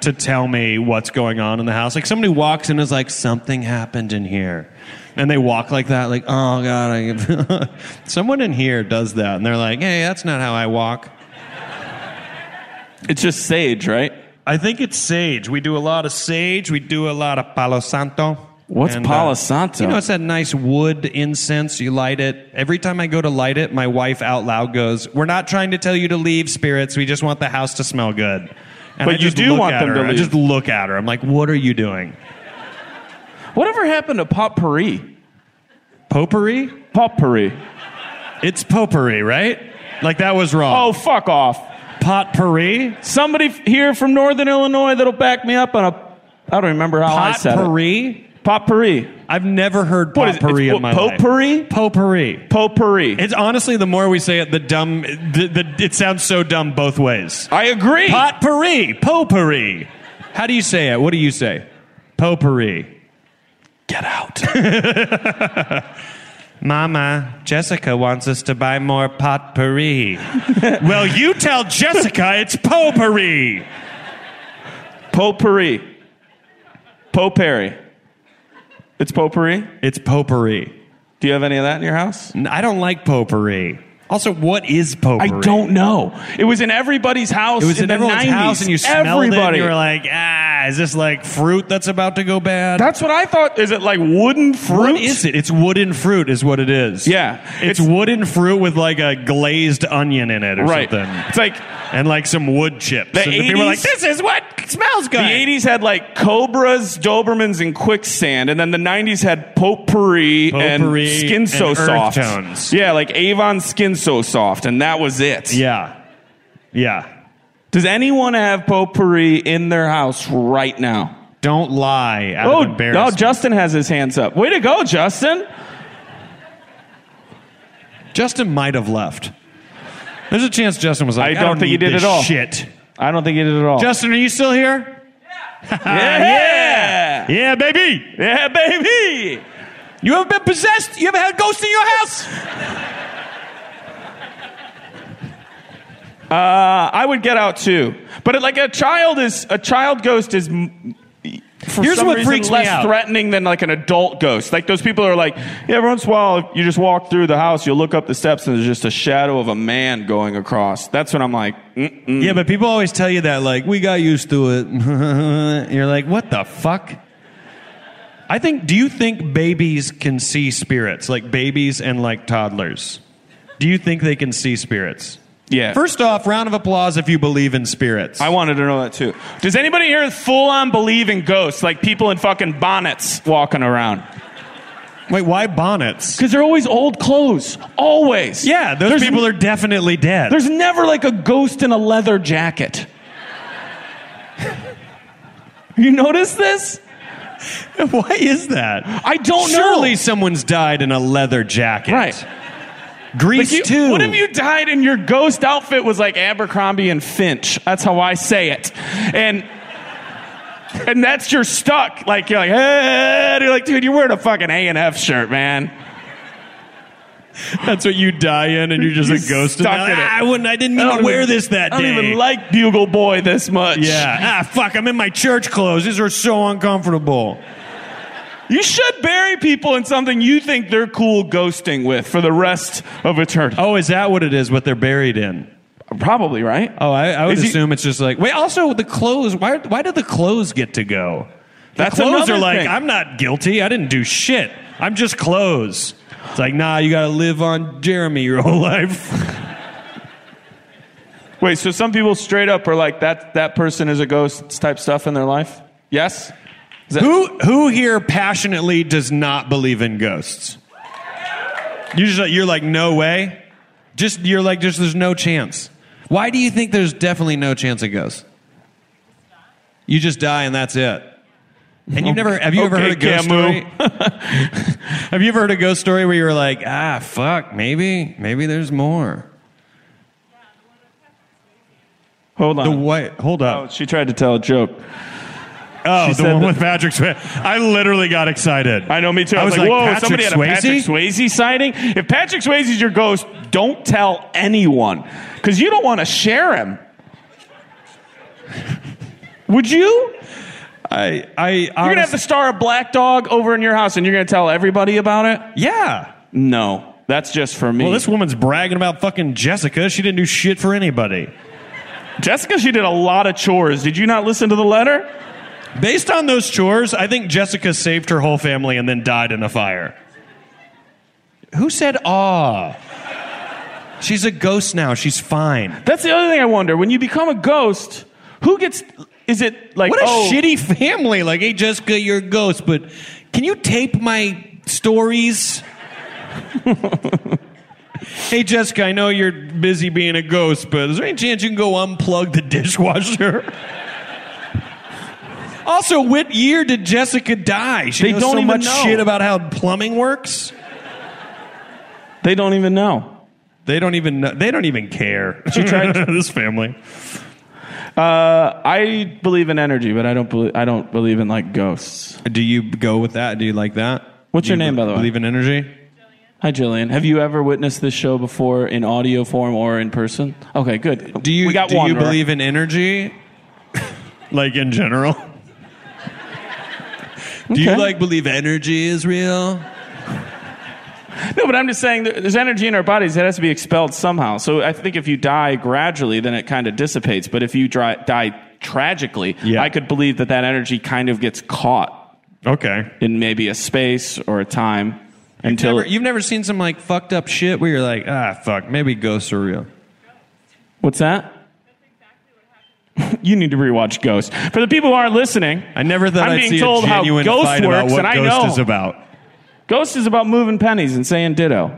K: to tell me what's going on in the house. Like somebody walks in and is like, something happened in here. And they walk like that, like, oh God, I... someone in here does that. And they're like, hey, that's not how I walk.
C: It's just sage, right?
K: I think it's sage. We do a lot of sage. We do a lot of Palo Santo.
C: What's
K: And,
C: Palo
K: uh,
C: Santo?
K: You know, it's that nice wood incense. You light it. Every time I go to light it, my wife out loud goes, We're not trying to tell you to leave, spirits. We just want the house to smell good. And
C: But
K: I
C: you
K: just
C: do
K: look
C: want
K: at
C: them
K: her.
C: to
K: I
C: leave.
K: just look at her. I'm like, What are you doing?
C: Whatever happened to potpourri?
K: Potpourri?
C: Potpourri.
K: It's potpourri, right? Like, that was wrong.
C: Oh, fuck off.
K: Potpourri?
C: Somebody f- here from Northern Illinois that'll back me up on a. I don't remember how I said it.
K: Potpourri?
C: Potpourri.
K: I've never heard
C: What is it?
K: potpourri
C: It's
K: in my life.
C: potpourri?
K: Potpourri.
C: Potpourri.
K: It's honestly the more we say it, the dumb. The, the, it sounds so dumb both ways.
C: I agree.
K: Potpourri, potpourri. How do you say it? What do you say? Potpourri.
C: Get out.
K: Mama, Jessica wants us to buy more potpourri. well, you tell Jessica it's potpourri.
C: Potpourri. Potpourri. It's potpourri?
K: It's potpourri.
C: Do you have any of that in your house?
K: I don't like potpourri. Also, what is potpourri?
C: I don't know. It was in everybody's house.
K: It was in,
C: the
K: everyone's
C: 90s.
K: house, and you smelled
C: Everybody.
K: it. And you were like, ah, is this like fruit that's about to go bad?
C: That's what I thought. Is it like wooden fruit?
K: What is it? It's wooden fruit, is what it is.
C: Yeah.
K: it's, wooden fruit with like a glazed onion in it or
C: Right.
K: something.
C: It's like
K: and like some wood chips.
C: The
K: and the people are like,
C: 80s
K: this is what smells good.
C: The 80s had like cobras, Dobermans, and quicksand, and then the 90s had potpourri,
K: Potpourri
C: and skin
K: and
C: so
K: Earth
C: soft.
K: Tones.
C: Yeah, like Avon skin so soft, and that was it.
K: Yeah, yeah.
C: Does anyone have potpourri in their house right now?
K: Don't lie. Out
C: oh,
K: of embarrassment.
C: no, Justin has his hands up. Way to go, Justin!
K: Justin might have left. There's a chance Justin was like,
C: I
K: I
C: don't think he
K: need
C: did
K: this
C: at all."
K: Shit.
C: I don't think he did it at all.
K: Justin, are you still here?
C: yeah,
K: Yeah, baby.
C: yeah, baby.
K: You haven't been possessed. You haven't had ghosts in your house.
C: Uh, I would get out too, but it, like a child is a child ghost is. m- For
K: Here's
C: some
K: what
C: reason
K: freaks me
C: less
K: out.
C: threatening than like an adult ghost. Like those people are like, yeah, every once in a while, if you just walk through the house, you'll look up the steps, and there's just a shadow of a man going across. That's when I'm like, Mm-mm.
K: Yeah, but people always tell you that, like, we got used to it. And You're like, what the fuck? I think, do you think babies can see spirits? Like babies and like toddlers? Do you think they can see spirits?
C: yeah.
K: First off, round of applause if you believe in spirits.
C: I wanted to know that too. Does anybody here full on believe in ghosts? Like people in fucking bonnets walking around?
K: Wait, why bonnets?
C: Because they're always old clothes. Always.
K: Yeah, those
C: There's-
K: people are definitely dead.
C: There's never like a ghost in a leather jacket. you notice this?
K: Why is that?
C: I don't know.
K: Surely someone's died in a leather jacket.
C: Right.
K: Grease
C: Like you-
K: too.
C: What if you died and your ghost outfit was like Abercrombie and Finch? That's how I say it. And and that's your stuck. Like you're like, hey, you're like, dude, you're wearing a fucking A and F shirt, man.
K: That's what you die in, and you're just
C: You
K: a ghost. and
C: stuck
K: you're like,
C: in it.
K: "Ah, I wouldn't. I didn't mean
C: I don't
K: to wear
C: even-
K: this that
C: I
K: day.
C: don't even like Bugle Boy this much.
K: Yeah. Ah, fuck. I'm in my church clothes. These are so uncomfortable.
C: You should bury people in something you think they're cool ghosting with for the rest of eternity.
K: Oh, is that what it is? What they're buried in?
C: Probably, right?
K: Oh, I, I would
C: Is he-
K: assume it's just like. Wait. Also, the clothes. Why? Why do the clothes get to go? The
C: That's
K: clothes
C: another
K: are like.
C: thing.
K: I'm not guilty. I didn't do shit. I'm just clothes. It's like, nah. You gotta live on Jeremy your whole life.
C: Wait, so some people straight up are like that that person is a ghost type stuff in their life? Yes? Is that-
K: who Who here passionately does not believe in ghosts? You're just like, you're like no way. Just you're like just there's no chance. Why do you think there's definitely no chance it goes? You just die and that's it. And you never have you ever
C: Okay,
K: heard a ghost
C: Camus.
K: story? have you ever heard a ghost story where you were like, ah, fuck, maybe maybe there's more.
C: Hold on.
K: The what? Hold
C: Oh,
K: up.
C: she tried to tell a joke.
K: Oh,
C: she said that-
K: Patrick Swayze. I literally got excited.
C: I know, me too. I,
K: I
C: was,
K: was
C: like,
K: like,
C: whoa,
K: Patrick
C: somebody had a Patrick Swayze sighting? If Patrick Swayze's your ghost, don't tell anyone because you don't want to share him. Would you?
K: I I
C: You're going to have to star a black dog over in your house and you're going to tell everybody about it?
K: Yeah.
C: No, that's just for me.
K: Well, this woman's bragging about fucking Jessica. She didn't do shit for anybody.
C: Jessica, she did a lot of chores. Did you not listen to the letter?
K: Based on those chores, I think Jessica saved her whole family and then died in a fire. Who said ah? She's a ghost now. She's fine.
C: That's the other thing I wonder. When you become a ghost, who gets? Is it like
K: What a
C: oh,
K: shitty family. Like, hey, Jessica, you're a ghost, but can you tape my stories? hey, Jessica, I know you're busy being a ghost, but is there any chance you can go unplug the dishwasher? also, what year did Jessica die? She
C: They
K: knows
C: don't
K: so
C: even
K: much
C: know.
K: shit about how plumbing works.
C: They don't even know.
K: They don't even know. They don't even care. She
C: tried-
K: this family.
C: Uh, I believe in energy, but I don't believe I don't believe in like ghosts.
K: Do you go with that? Do you like that?
C: What's
K: Do
C: your
K: you
C: name, by the way?
K: Believe in energy.
C: Hi, Jillian. Have you ever witnessed this show before in audio form or in person? Okay, good.
K: Do you
C: We got
K: do
C: one.
K: you believe in energy? like in general?
L: Do you like believe energy is real?
C: No, but I'm just saying there- there's energy in our bodies that has to be expelled somehow. So I think if you die gradually, then it kind of dissipates. But if you dry, die tragically, I could believe that that energy kind of gets caught.
K: Okay.
C: In maybe a space or a time until.
L: Never- you've never seen some like fucked up shit where you're like, ah, fuck, maybe ghosts are real.
C: What's that? you need to rewatch Ghost. For the people who aren't listening,
K: I never thought
C: I'm
K: I'd
C: being
K: see a
C: told how
K: genuine
C: Ghost
K: fight about
C: works,
K: what
C: and I
K: Ghost
C: know.
K: is about.
C: Ghost is about moving pennies and saying ditto.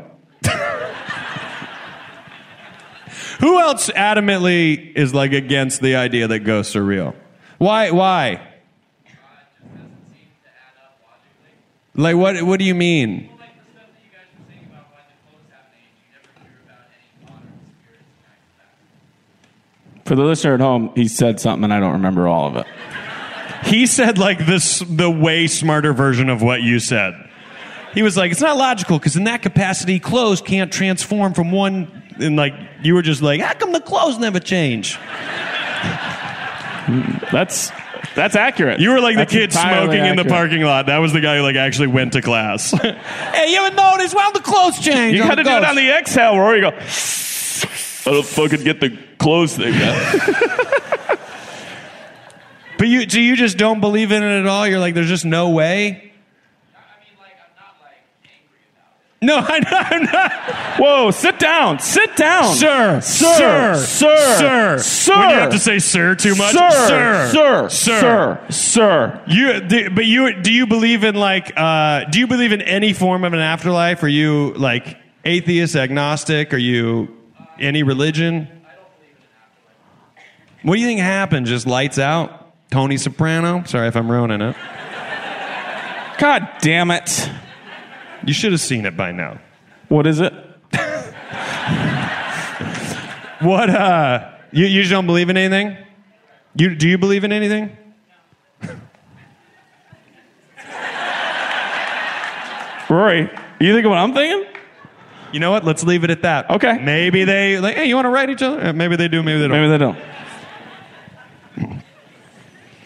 L: Who else adamantly is like against the idea that ghosts are real? Why? Why? Like what? What do you mean?
C: For the listener at home, he said something, and I don't remember all of it.
K: He said like this the way smarter version of what you said.
L: He was like, it's not logical because in that capacity, clothes can't transform from one. And like you were just like, how come the clothes never change?
C: That's that's accurate.
K: You were like
L: That's
K: the kid
L: entirely
K: smoking in the
L: accurate.
K: parking lot. That was the guy who like actually went to class.
L: Hey, you ever notice how the clothes change?
C: You got to do it
L: ghosts?
C: on the exhale, Rory. You go. I don't fucking get the clothes thing.
L: But you, so you just don't believe in it at all? You're like, there's just no way. No, I, I'm not.
C: Whoa, sit down, sit down,
K: sir,
C: sir, sir,
K: sir,
C: sir.
K: When you have to say sir too much,
C: Sir,
K: sir,
C: sir,
K: sir,
C: sir, sir.
K: You, do, but you, do you believe in like, uh, do you believe in any form of an afterlife?
L: Are you like atheist, agnostic? Are you any religion? What do you think happened? Just lights out? Tony Soprano? Sorry if I'm ruining it.
C: God damn it.
K: You should have seen it by now.
C: What is it?
K: What? uh You, you just don't believe in anything? You do you believe in anything?
C: Rory, you think of what I'm thinking?
K: You know what? Let's leave it at that.
C: Okay.
K: Maybe they like. Hey, you want to write each other? Uh, Maybe they do. Maybe they don't.
C: Maybe they don't.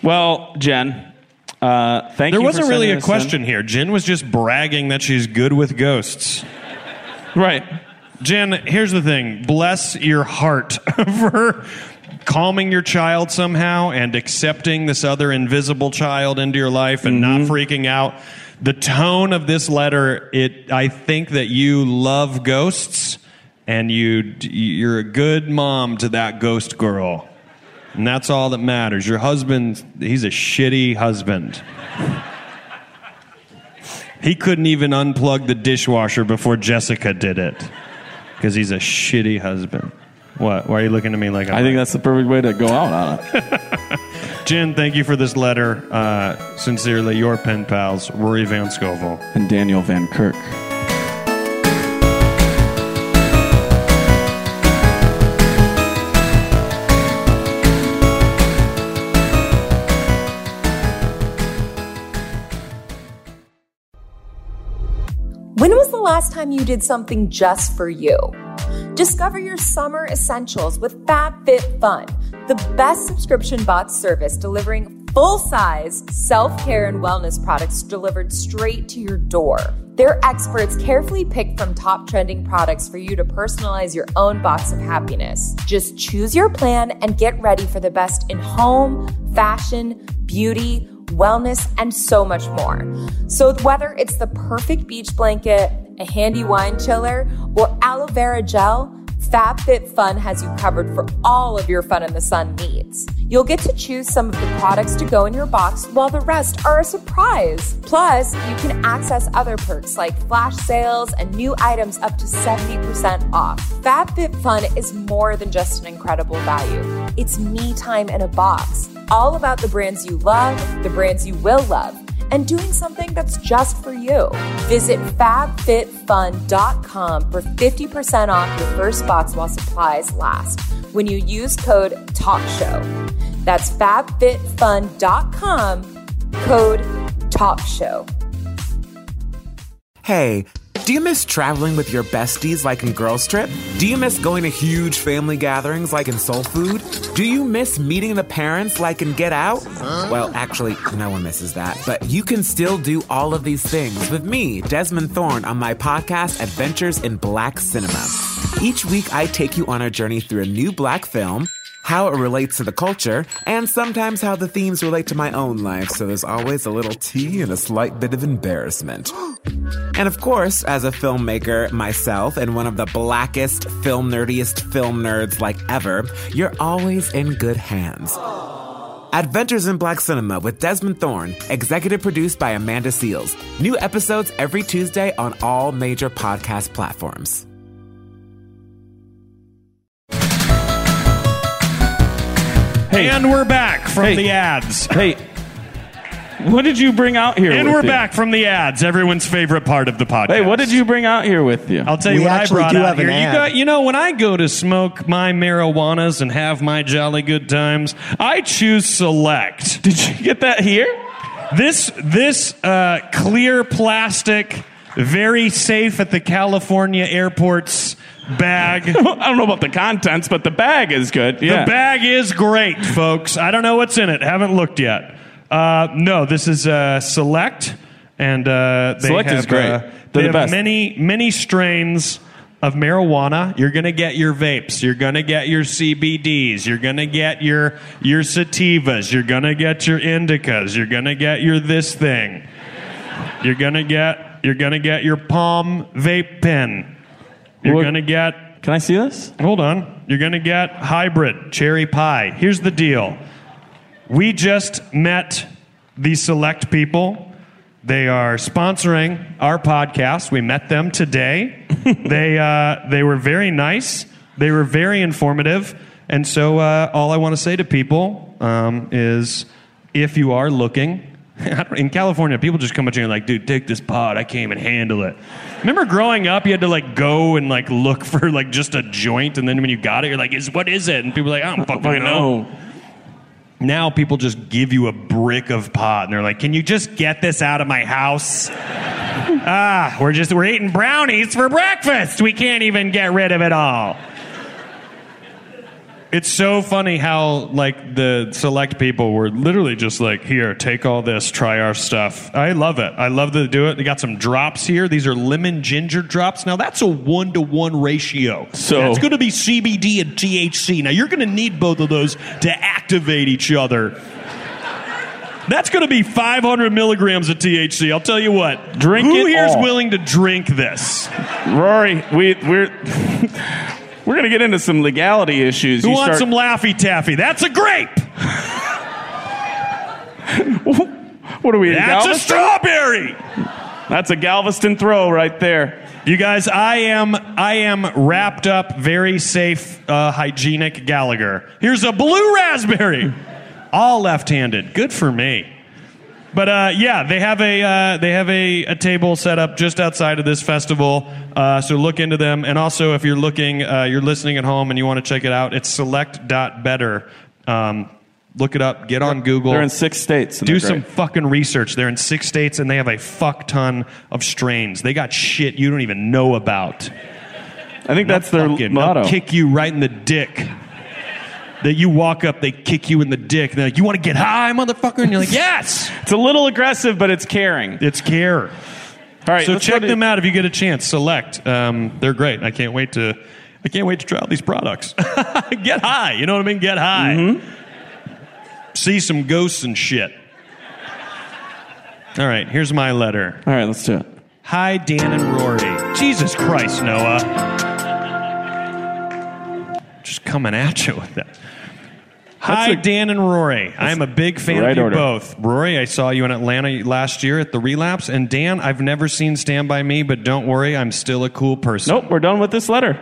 C: Well, Jen, uh, thank
K: there
C: you.
K: wasn't
C: for
K: really
C: sending
K: a
C: us
K: question here. Jen was just bragging that she's good with ghosts.
C: Right.
K: Jen, here's the thing. Bless your heart for calming your child somehow and accepting this other invisible child into your life and not freaking out. The tone of this letter, it I think that you love ghosts and you you're a good mom to that ghost girl. And that's all that matters. Your husband, he's a shitty husband. He couldn't even unplug the dishwasher before Jessica did it because he's a shitty husband. What? Why are you looking at me like I'm
C: I think that's the perfect way to go out on it.
K: Jen, thank you for this letter. Uh, sincerely, your pen pals, Rory Van Scovel.
C: And Daniel Van Kirk.
M: When was the last time you did something just for you? Discover your summer essentials with FabFitFun, the best subscription box service delivering full size self care and wellness products delivered straight to your door. Their experts carefully pick from top trending products for you to personalize your own box of happiness. Just choose your plan and get ready for the best in home, fashion, beauty, wellness, and so much more. So, whether it's the perfect beach blanket, a handy wine chiller, or aloe vera gel, FabFitFun has you covered for all of your fun in the sun needs. You'll get to choose some of the products to go in your box while the rest are a surprise. Plus, you can access other perks like flash sales and new items up to 70% off. FabFitFun is more than just an incredible value. It's me time in a box, all about the brands you love, the brands you will love and doing something that's just for you. Visit fabfitfun.com for 50% off your first box while supplies last when you use code TALKSHOW. That's fabfitfun.com, code TALKSHOW.
N: Hey,
B: Do you miss traveling with your besties like in Girls Trip? Do you miss going to huge family gatherings like in Soul Food? Do you miss meeting the parents like in Get Out? Well, actually, no one misses that, but you can still do all of these things with me, Desmond Thorne, on my podcast, Adventures in Black Cinema. Each week, I take you on a journey through a new black film how it relates to the culture, and sometimes how the themes relate to my own life, so there's always a little tea and a slight bit of embarrassment. And of course, as a filmmaker myself and one of the blackest, film nerdiest film nerds like ever, you're always in good hands. Adventures in Black Cinema with Desmond Thorne, executive produced by Amanda Seals. New episodes every Tuesday on all major podcast platforms.
K: And we're back from
C: Hey.
K: the ads.
C: Hey. What did you bring out here?
K: And
C: with
K: we're
C: you?
K: back from the ads, everyone's favorite part of the podcast.
C: Hey, what did you bring out here with you?
K: I'll tell you
C: We
K: what I
C: actually
K: brought
C: do
K: out
C: have an
K: here. You,
C: ad.
K: got, you know, when I go to smoke my marijuanas and have my jolly good times, I choose Select. Did you get that here? This this uh, clear plastic, very safe at the California airports bag. I don't know about the contents, but the bag is good.
C: yeah.
K: The bag is great, folks. I don't know what's in it. Haven't looked yet. Uh, no, this is uh, Select, and uh, they
C: Select
K: have,
C: is great.
K: uh,
C: They're
K: they
C: the
K: have
C: best.
K: many many strains of marijuana. You're gonna get your vapes. You're gonna get your CBDs. You're gonna get your your sativas. You're gonna get your indicas. You're gonna get your this thing. You're gonna get you're gonna get your palm vape pen. You're gonna get. Can I see this? Hold on. You're gonna get hybrid cherry pie. Here's the deal. We just met the select people. They are sponsoring our podcast. We met them today. they uh, they were very nice. They were very informative. And so uh, all I want to say to people um, is, if you are looking. I don't- In California, people just come at you and like, dude, take this pod. I can't even handle it. Remember growing up, you had to like go and like look for like just a joint, and then when you got it, you're like, is what is it? And people are like, I don't fucking
C: fucking
K: know. Now people just give you a brick of pot, and they're like, "Can you just get this out of my house?" ah, we're just we're eating brownies for breakfast. We can't even get rid of it all. It's so funny how like the select people were literally just like, "Here, take all this, try our stuff." I love it. I love to do it. They got some drops here. These are lemon ginger drops. Now that's a one to one ratio.
O: So-
K: it's going to be CBD and THC. Now you're going to need both of those to activate each other. That's going to be 500 milligrams of THC. I'll tell you what.
C: Drink
K: Who
C: it
K: here's
C: all.
K: willing to drink this?
C: Rory, we, we're we're gonna get into some legality issues.
K: Who
C: You
K: wants
C: start-
K: some Laffy Taffy? That's a grape.
C: What are we? in
K: That's a
C: Galveston?
K: strawberry.
C: That's a Galveston throw right there.
K: You guys, I am I am wrapped up, very safe, uh, hygienic Gallagher. Here's a blue raspberry, all left-handed. Good for me. But uh, yeah, they have a uh, they have a, a table set up just outside of this festival. Uh, so look into them, and also if you're looking, uh, you're listening at home and you want to check it out, it's select.better. Um, look it up. Get on Google.
C: They're in six states. and
K: Do
C: they're
K: some
C: great.
K: fucking research. They're in six states and they have a fuck ton of strains. They got shit you don't even know about.
C: I think that's their motto.
K: They'll kick you right in the dick. That you walk up, they kick you in the dick. And they're like, "You want to get high, motherfucker?" And you're like, "Yes."
C: it's a little aggressive, but it's caring.
K: It's care. All
C: right,
K: so
C: let's go
K: check
C: to-
K: them out if you get a chance. Select. Um, they're great. I can't wait to. I can't wait to try out these products. get high. You know what I mean? Get high.
C: Mm-hmm.
K: See some ghosts and shit. All right, here's my letter.
C: All right, let's do it.
K: Hi, Dan and Rory. Jesus Christ, Noah. Just coming at you with that. Hi, Dan and Rory. I am a big fan
C: right
K: of you
C: order.
K: both. Rory, I saw you in Atlanta last year at the relapse. And Dan, I've never seen Stand By Me, but don't worry, I'm still a cool person.
C: Nope, we're done with this letter.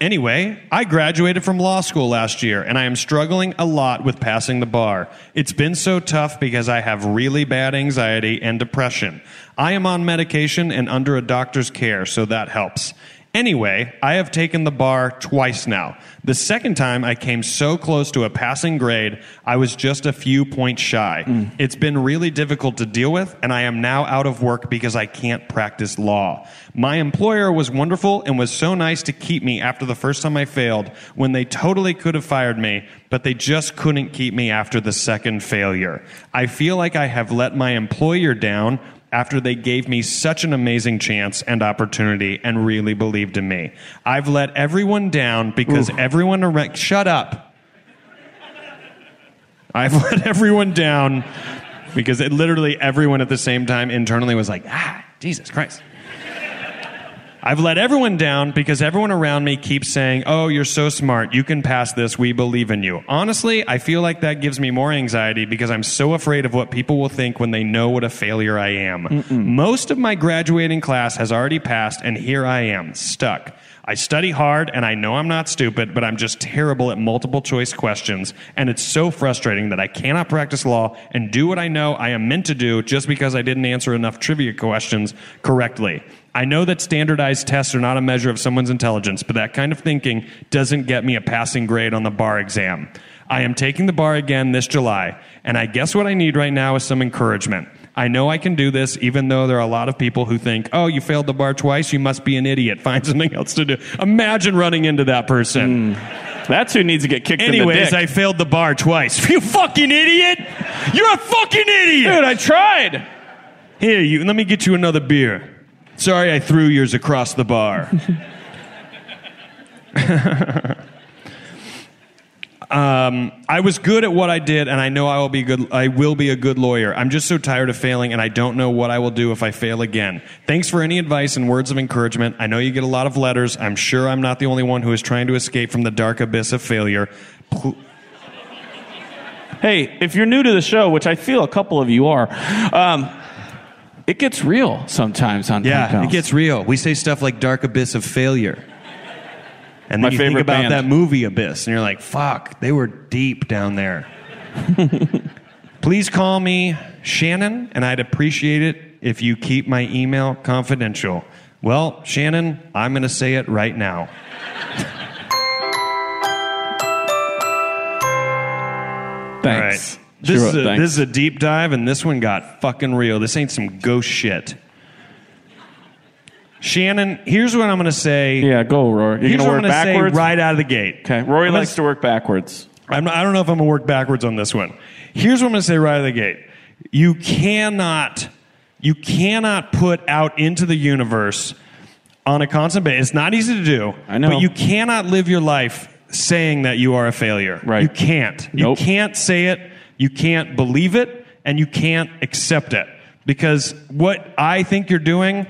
K: Anyway, I graduated from law school last year and I am struggling a lot with passing the bar. It's been so tough because I have really bad anxiety and depression. I am on medication and under a doctor's care, so that helps. Anyway, I have taken the bar twice now. The second time, I came so close to a passing grade, I was just a few points shy. It's been really difficult to deal with, and I am now out of work because I can't practice law. My employer was wonderful and was so nice to keep me after the first time I failed when they totally could have fired me, but they just couldn't keep me after the second failure. I feel like I have let my employer down after they gave me such an amazing chance and opportunity and really believed in me. I've let everyone down because everyone around. Shut up. I've let everyone down because it literally everyone at the same time internally was like, ah, Jesus Christ. I've let everyone down because everyone around me keeps saying, Oh, you're so smart. You can pass this. We believe in you. Honestly, I feel like that gives me more anxiety because I'm so afraid of what people will think when they know what a failure I am. Most of my graduating class has already passed, and here I am, stuck. I study hard and I know I'm not stupid, but I'm just terrible at multiple choice questions. And it's so frustrating that I cannot practice law and do what I know I am meant to do just because I didn't answer enough trivia questions correctly. I know that standardized tests are not a measure of someone's intelligence, but that kind of thinking doesn't get me a passing grade on the bar exam. I am taking the bar again this July, and I guess what I need right now is some encouragement. I know I can do this, even though there are a lot of people who think, oh, you failed the bar twice, you must be an idiot. Find something else to do. Imagine running into that person. That's who needs to get kicked
L: in the
K: Anyways,
L: dick.
K: I failed the bar twice. you fucking idiot! You're a fucking idiot!
C: Dude, I tried!
K: Here, you, let me get you another beer. Sorry I threw yours across the bar. Um, I was good at what I did, and I know I will be good. I will be a good lawyer. I'm just so tired of failing, and I don't know what I will do if I fail again. Thanks for any advice and words of encouragement. I know you get a lot of letters. I'm sure I'm not the only one who is trying to escape from the dark abyss of failure. Pl-
C: Hey, if you're new to the show, which I feel a couple of you are, um, it gets real sometimes on
K: Yeah,
C: Penthouse.
K: it gets real. We say stuff like "dark abyss of failure," and then
C: My
K: you
C: favorite
K: think about
C: band.
K: that movie Abyss, and you're like, "Fuck, they were deep down there." Please call me Shannon, and I'd appreciate it if you keep my email confidential. Well, Shannon, I'm going to say it right now.
C: Thanks.
K: All right. This,
C: Sure,
K: is a,
C: thanks.
K: this is a deep dive, and this one got fucking real. This ain't some ghost shit. Shannon, here's what I'm going to say.
C: Yeah, go, Rory. You're
K: Here's
C: gonna
K: what
C: work
K: I'm gonna say
C: backwards?
K: right out of the gate.
C: Okay, Rory
K: I'm gonna
C: likes to work backwards.
K: I'm not, I don't know if I'm going to work backwards on this one. Here's what I'm going to say right out of the gate. You cannot, you cannot put out into the universe on a constant basis. It's not easy to do. I know. But you cannot live your life saying that you are a failure. Right. You can't. You can't say it. You can't believe it. And you can't accept it. Because what I think you're doing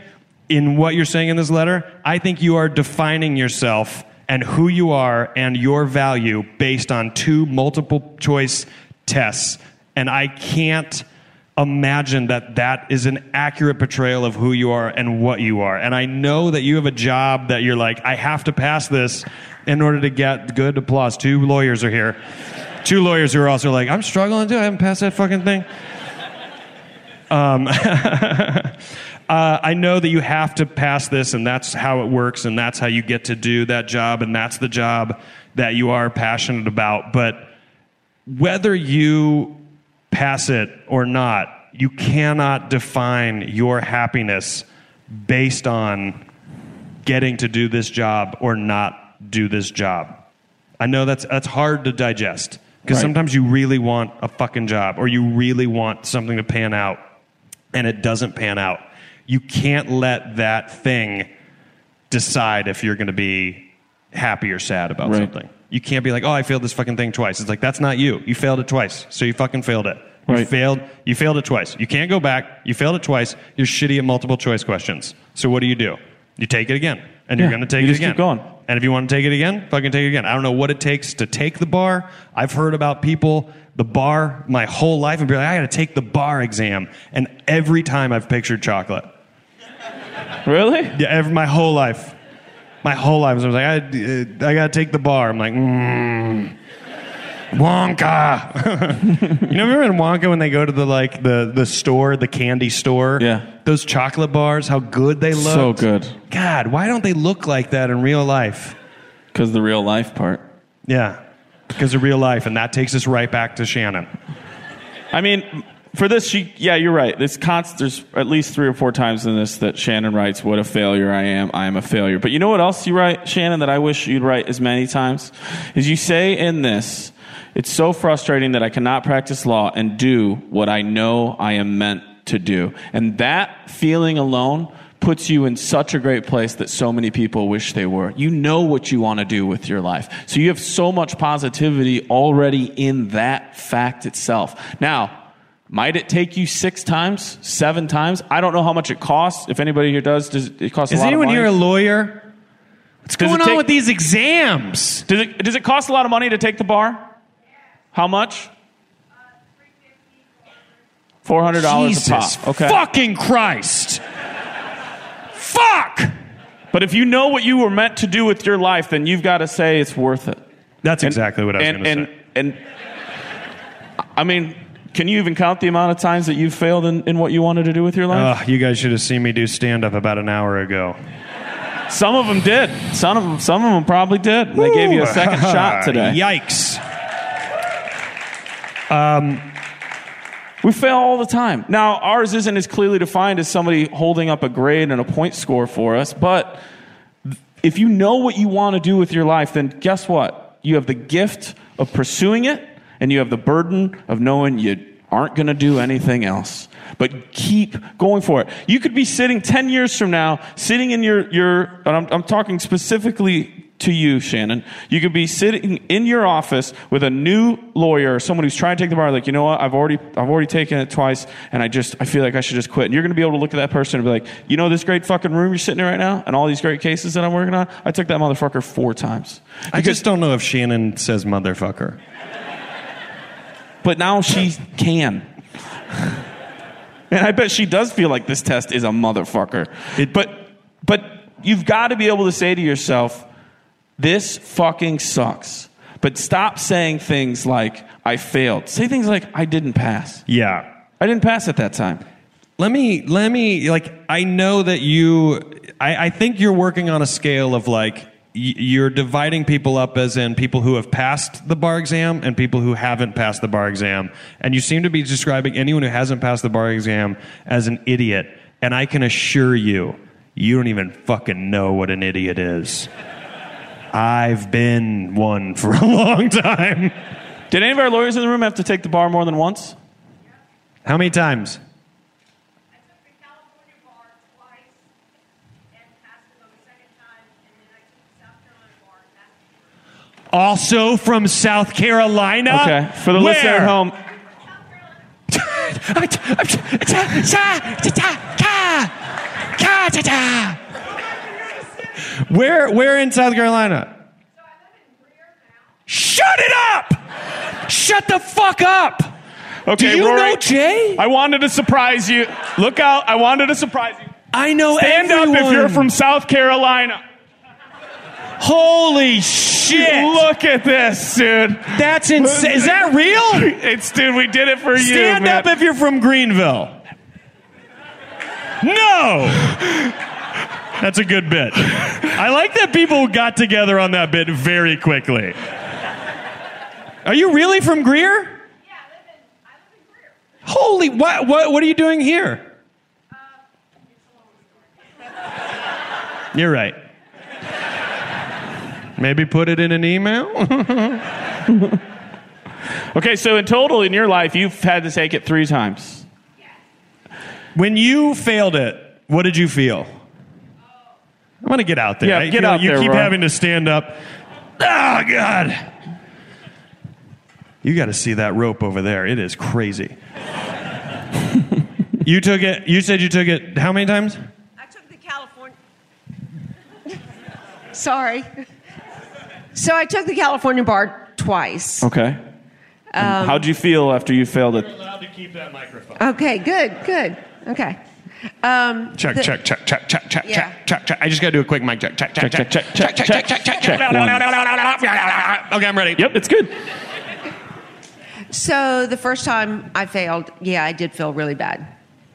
K: in what you're saying in this letter, I think you are defining yourself and who you are and your value based on two multiple choice tests. And I can't imagine that that is an accurate portrayal of who you are and what you are. And I know that you have a job that you're like, I have to pass this in order to get good applause. Two lawyers are here. Two lawyers who are also like, I'm struggling too. I haven't passed that fucking thing. Um, uh, I know that you have to pass this, and that's how it works, and that's how you get to do that job, and that's the job that you are passionate about. But whether you pass it or not, you cannot define your happiness based on getting to do this job or not do this job. I know that's that's hard to digest because
L: Right.
K: sometimes you really want a fucking job or you really want something to pan out and it doesn't pan out. You can't let that thing decide if you're going to be happy or sad about
L: Right.
K: something. You can't be like, "Oh, I failed this fucking thing twice." It's like that's not you. You failed it twice, so you fucking failed it. You failed. You failed it twice. You can't go back. You failed it twice. You're shitty at multiple choice questions. So what do you do? You take it again, and
C: Yeah,
K: you're going to take
C: you
K: it
C: just keep
K: again.
C: going.
K: And if you want to take it again, fucking take it again. I don't know what it takes to take the bar. I've heard about people the bar my whole life and be like, I got to take the bar exam, and every time I've pictured chocolate.
C: Really?
K: Yeah, every, my whole life. My whole life. I was like, I, uh, I got to take the bar. I'm like, mm, Wonka. you know, remember in Wonka when they go to the like the the store, the candy store? Yeah. Those chocolate bars, how good they look.
C: So good.
K: God, why don't they look like that in real life?
C: Because the real life part.
K: Yeah, because of real life, and that takes us right back to Shannon.
C: I mean, for this, she yeah, you're right. This const, there's at least three or four times in this that Shannon writes, "What a failure I am! I am a failure." But you know what else you write, Shannon, that I wish you'd write as many times, is you say in this, "It's so frustrating that I cannot practice law and do what I know I am meant to do," and that feeling alone. Puts you in such a great place that so many people wish they were. You know what you want to do with your life. So you have so much positivity already in that fact itself. Now, might it take you six times, seven times? I don't know how much it costs. If anybody here does, does it cost
K: Is
C: a lot of
K: anyone
C: money?
K: here a lawyer? What's
C: Does
K: going
C: it
K: on
C: take-
K: with these exams?
C: Does it, does it cost a lot of money to take the bar? How much? Four hundred
K: Oh,
C: dollars a
K: Jesus
C: pop. Okay.
K: fucking Christ.
C: Fuck. But if you know what you were meant to do with your life, then you've got to say it's worth it.
K: That's exactly what I was
C: and,
K: gonna
C: and, And, I mean, can you even count the amount of times that you've failed in, in what you wanted to do with your life?
K: Ugh, you guys should have seen me do stand up about an hour ago.
C: Some of them did. Some of them, some of them probably did. They gave you a second shot today.
K: Yikes.
C: Um, we fail all the time. Now, ours isn't as clearly defined as somebody holding up a grade and a point score for us, but if you know what you want to do with your life, then guess what? You have the gift of pursuing it, and you have the burden of knowing you aren't going to do anything else. But keep going for it. You could be sitting 10 years from now, sitting in your, your and I'm, I'm talking specifically to you, Shannon. You could be sitting in your office with a new lawyer or someone who's trying to take the bar, like, you know what, I've already, I've already taken it twice, and I just, I feel like I should just quit. And you're going to be able to look at that person and be like, you know, this great fucking room you're sitting in right now, and all these great cases that I'm working on, I took that motherfucker four times.
K: I just don't know if Shannon says motherfucker.
C: But now she can. and I bet she does feel like this test is a motherfucker. but but you've got to be able to say to yourself, this fucking sucks. But stop saying things like I failed. Say things like I didn't pass.
K: Yeah.
C: I didn't pass at that time.
K: Let me, let me, like, I know that you, I, I think you're working on a scale of like, y- you're dividing people up as in people who have passed the bar exam and people who haven't passed the bar exam. And you seem to be describing anyone who hasn't passed the bar exam as an idiot. And I can assure you, you don't even fucking know what an idiot is. I've been one for a long time.
C: Did any of our lawyers in the room have to take the bar more than once?
K: How many times? Also from South Carolina.
C: Okay, for the listener at home.
K: Where? Where in South Carolina? Shut it up! Shut the fuck up!
C: Okay,
K: Do you
C: Rory,
K: know Jay?
C: I wanted to surprise you. Look out! I wanted to surprise you.
K: I know
C: Stand up if
K: everyone.
C: you're from South Carolina.
K: Holy shit!
C: Look at this, dude.
K: That's insane. Is that real?
C: It's dude. We did it for you.
K: Stand
C: man.
K: up if you're from Greenville. No! That's a good bit. I like that people got together on that bit very quickly. Are you really from Greer? Yeah, I live in, I live in Greer. Holy, what, what, what are you doing here? Um, You're right. Maybe put it in an email?
C: Okay, so in total in your life, you've had to take it three times.
K: When you failed it, what did you feel? I'm gonna get out there.
C: Yeah,
K: I
C: get
K: feel
C: out
K: you
C: there,
K: keep
C: Roy.
K: having to stand up. Oh God! You got to see that rope over there. It is crazy. you took it. You said you took it. How many times?
P: Sorry. So I took the California bar twice.
C: Okay.
P: Um,
C: How'd you feel after you failed it?
P: Okay, good, good. Okay. Um,
K: Check,
P: the-
K: check, check, check, check, check,
P: Yeah.
K: check, check, check. I just got to do a quick mic check, check, check, check, check, check, check, check, check, check,
C: check,
K: check. Okay, I'm ready.
C: Yep, it's good.
P: So the first time I failed, yeah, I did feel really bad.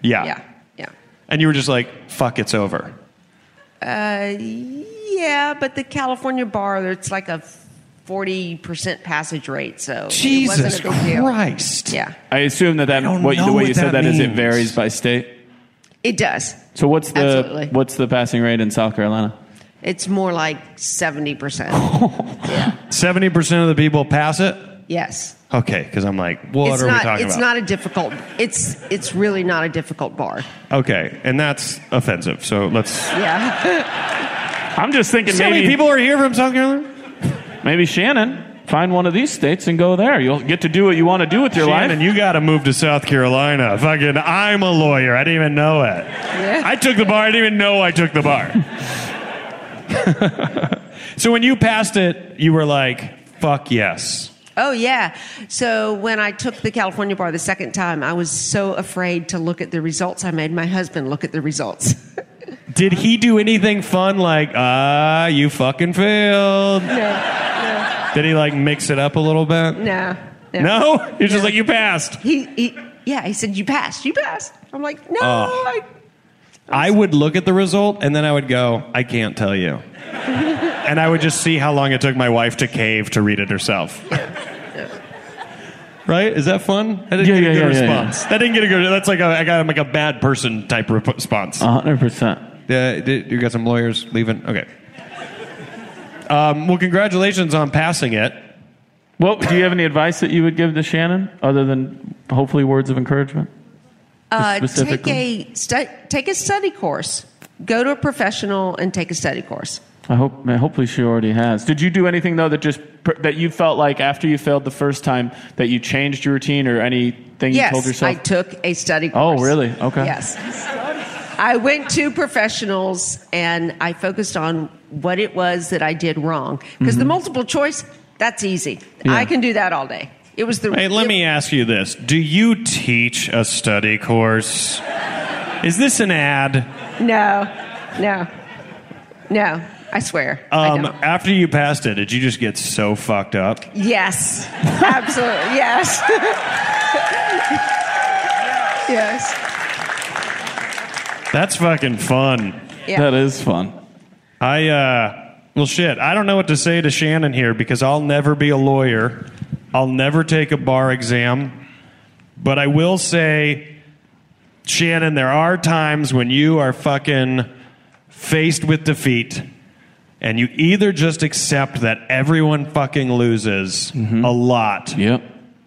K: Yeah.
P: Yeah, yeah.
K: and you were just like, fuck, it's over.
P: Uh, yeah, but the California bar, it's like a 40% passage rate, so it
K: Jesus
P: wasn't a big deal.
K: Christ.
P: Yeah,
C: I assume that, that what, the
K: know
C: way
K: what
C: you said
K: that
C: that is it
K: means.
C: varies by state.
P: it does.
C: So what's the
P: Absolutely.
C: what's the passing rate in South Carolina?
P: It's more like 70%.
K: 70% of the people pass it?
P: yes.
K: Okay, because I'm like, what
P: it's
K: are
P: not,
K: we talking
P: It's
K: about?
P: not a difficult, it's, it's really not a difficult bar.
K: okay, and that's offensive, so let's.
P: Yeah.
C: I'm just thinking
K: So
C: maybe
K: many people are here from South Carolina?
C: Maybe Shannon, find one of these states and go there. You'll get to do what you want to do with your
K: Shannon,
C: life.
K: you got to move to South Carolina. Fucking, I'm a lawyer. I didn't even know it. I took the bar. I didn't even know I took the bar. so when you passed it, you were like, fuck yes.
P: Oh, yeah. So when I took the California bar the second time, I was so afraid to look at the results. I made my husband look at the results.
K: Did he do anything fun like, ah, you fucking failed? Did he like mix it up a little bit?
P: No.
K: No? He's just like, you passed.
P: He, he, yeah, he said, You passed, you passed. I'm like, No,
K: Oh.
P: I
K: I would look at the result and then I would go, I can't tell you. and I would just see how long it took my wife to cave to read it herself. right? Is that fun? That didn't
C: Yeah,
K: get a good
C: yeah, yeah, yeah, yeah.
K: response. That didn't get a good. That's like a, I got like a bad person type re- response.
C: hundred percent.
K: Yeah, did- you got some lawyers leaving. Okay. Um, well, congratulations on passing it.
C: Well, do you have any advice that you would give to Shannon other than hopefully words of encouragement?
P: uh, take,
C: specifically?
P: a stu- take a study course, go to a professional and take a study course.
C: I hope. man, Hopefully, she already has. Did you do anything though that just per- that you felt like after you failed the first time that you changed your routine or anything you told
P: yes,
C: yourself?
P: I took a study
C: Oh,
P: course.
C: really? Okay.
P: Yes. I went to professionals and I focused on what it was that I did wrong. Because
C: Mm-hmm.
P: the
K: Mhm.
P: multiple choice, that's easy.
K: Yeah.
P: I can do that all day. It was the
K: Hey, let me ask you this: Do you teach a study course? Is this an ad?
P: No, no, no. I swear.
K: Um, after you passed it, did you just get so fucked up?
P: Yes, absolutely. Yes. yes.
K: That's fucking fun.
P: Yeah. That
C: is fun.
K: I uh well shit, I don't know what to say to Shannon here because I'll never be a lawyer. I'll never take a bar exam. But I will say Shannon, there are times when you are fucking faced with defeat and you either just accept that everyone fucking loses a lot.
C: Yep.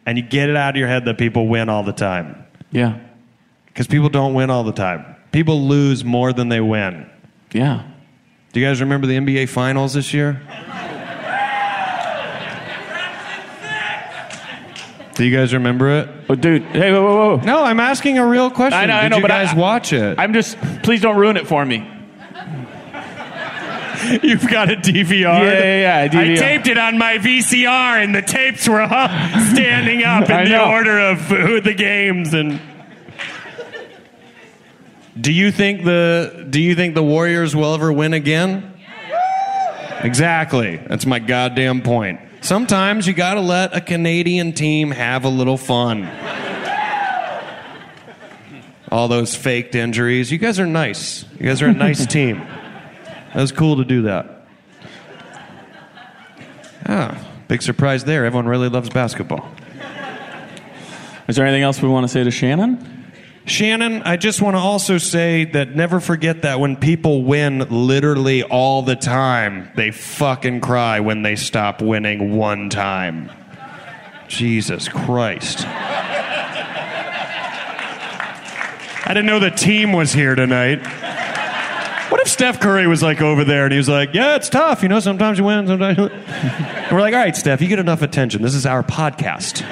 K: And you get it out of your head that people win all the time.
C: Yeah.
K: Because people don't win all the time. People lose more than they win.
C: Yeah.
K: Do you guys remember the NBA Finals this year? Do you guys remember it?
C: Oh, dude. Hey, whoa, whoa, whoa.
K: No, I'm asking a real question.
C: I know,
K: Did
C: I know,
K: you
C: but
K: guys
C: I,
K: watch it?
C: I'm just. Please don't ruin it for me.
K: You've got a DVR.
C: Yeah, yeah, yeah, a DVR.
K: I taped it on my VCR, and the tapes were up, standing up
C: I
K: in the
C: know.
K: order of who the games and. Do you think the Do you think the Warriors will ever win again? Exactly. That's my goddamn point. Sometimes you gotta let a Canadian team have a little fun. All those faked injuries. You guys are nice. You guys are a nice team. That was cool to do that. Ah, big surprise there. Everyone really loves basketball.
C: Is there anything else we want to say to Shannon?
K: Shannon, I just want to also say that never forget that when people win literally all the time, they fucking cry when they stop winning one time. Jesus Christ. I didn't know the team was here tonight. What if Steph Curry was like over there and he was like, yeah, it's tough. You know, sometimes you win, sometimes you lose." And we're like, all right, Steph, you get enough attention. This is our podcast.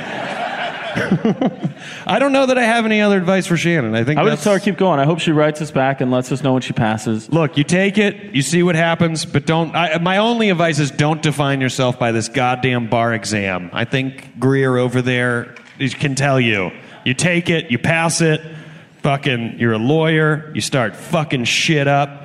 K: I don't know that I have any other advice for Shannon. I think
C: I would
K: that's-
C: just tell her keep going. I hope she writes us back and lets us know when she passes.
K: Look, you take it, you see what happens, but don't. I, my only advice is don't define yourself by this goddamn bar exam. I think Greer over there is- can tell you. You take it, you pass it, fucking, you're a lawyer, you start fucking shit up.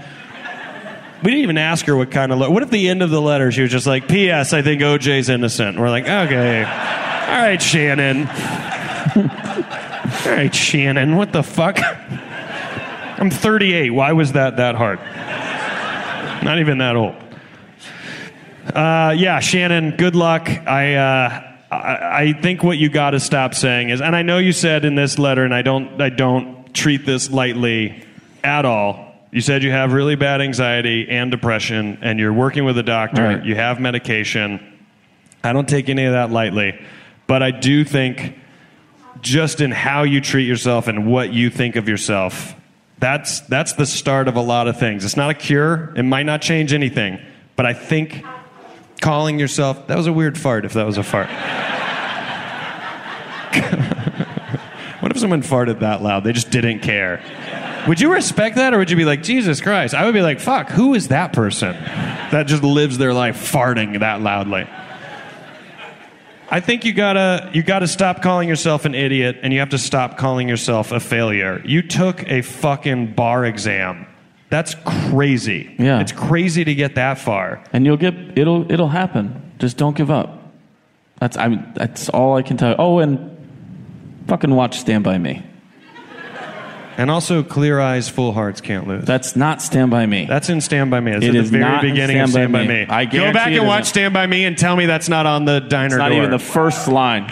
K: We didn't even ask her what kind of letter. What if the end of the letter she was just like, P.S., I think OJ's innocent? We're like, okay. All right, Shannon. All right, Shannon, what the fuck? I'm 38. Why was that that hard? Not even that old. Uh, yeah, Shannon, good luck. I, uh, I, I think what you got to stop saying is, and I know you said in this letter, and I don't, I don't treat this lightly at all. You said you have really bad anxiety and depression, and you're working with a doctor.
C: Right.
K: You have medication. I don't take any of that lightly, but I do think just in how you treat yourself and what you think of yourself. That's that's the start of a lot of things. It's not a cure. It might not change anything, but I think calling yourself that was a weird fart if that was a fart. what if someone farted that loud? They just didn't care. Would you respect that or would you be like, "Jesus Christ?" I would be like, "Fuck, who is that person that just lives their life farting that loudly?" I think you gotta you gotta stop calling yourself an idiot and you have to stop calling yourself a failure. You took a fucking bar exam. That's crazy.
C: Yeah.
K: It's crazy to get that far.
C: and you'll get it'll it'll happen. Just don't give up. That's I mean that's all I can tell you. Oh, and fucking watch Stand by Me.
K: And also clear eyes, full hearts can't lose.
C: That's not Stand by Me.
K: That's in Stand by Me. It's
C: It
K: at the
C: is
K: very
C: not in
K: beginning of Stand by Me.
C: I
K: Go back
C: guarantee it
K: and watch
C: isn't.
K: Stand by Me and tell me that's not on the diner
C: It's not
K: door.
C: even the first line.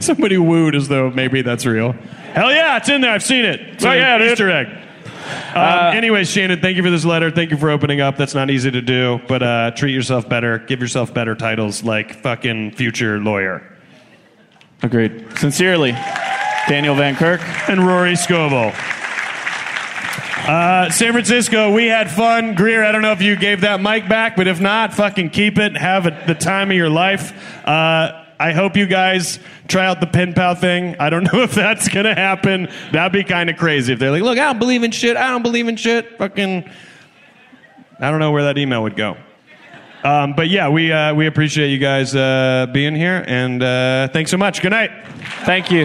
K: Somebody wooed as though maybe that's real. Hell yeah, it's in there. I've seen it. It's
L: Oh,
K: an
L: yeah, dude.
K: Easter egg. Um,
C: Uh,
K: anyways, Shannon, thank you for this letter. Thank you for opening up. That's not easy to do, but uh, treat yourself better. Give yourself better titles like fucking future lawyer.
C: Agreed. Sincerely, Daniel Van Kirk
K: and Rory Scovel. Uh, San Francisco, we had fun. Greer, I don't know if you gave that mic back, but if not, fucking keep it. Have it the time of your life. Uh, I hope you guys try out the pen pal thing. I don't know if that's going to happen. That'd be kind of crazy if they're like, look, I don't believe in shit. I don't believe in shit. Fucking. I don't know where that email would go. Um, but yeah, we, uh, we appreciate you guys uh, being here, and uh, thanks so much. Good night.
C: Thank you.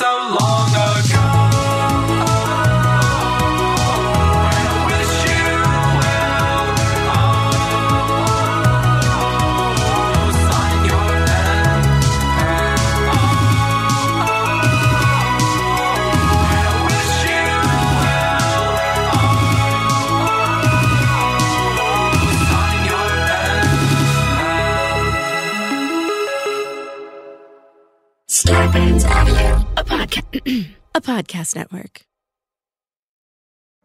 B: So long ago, and I wish you well. Oh, sign your pen. And I wish you well. Oh, sign your
Q: Scarpins Audio.
R: A, podca- a podcast network.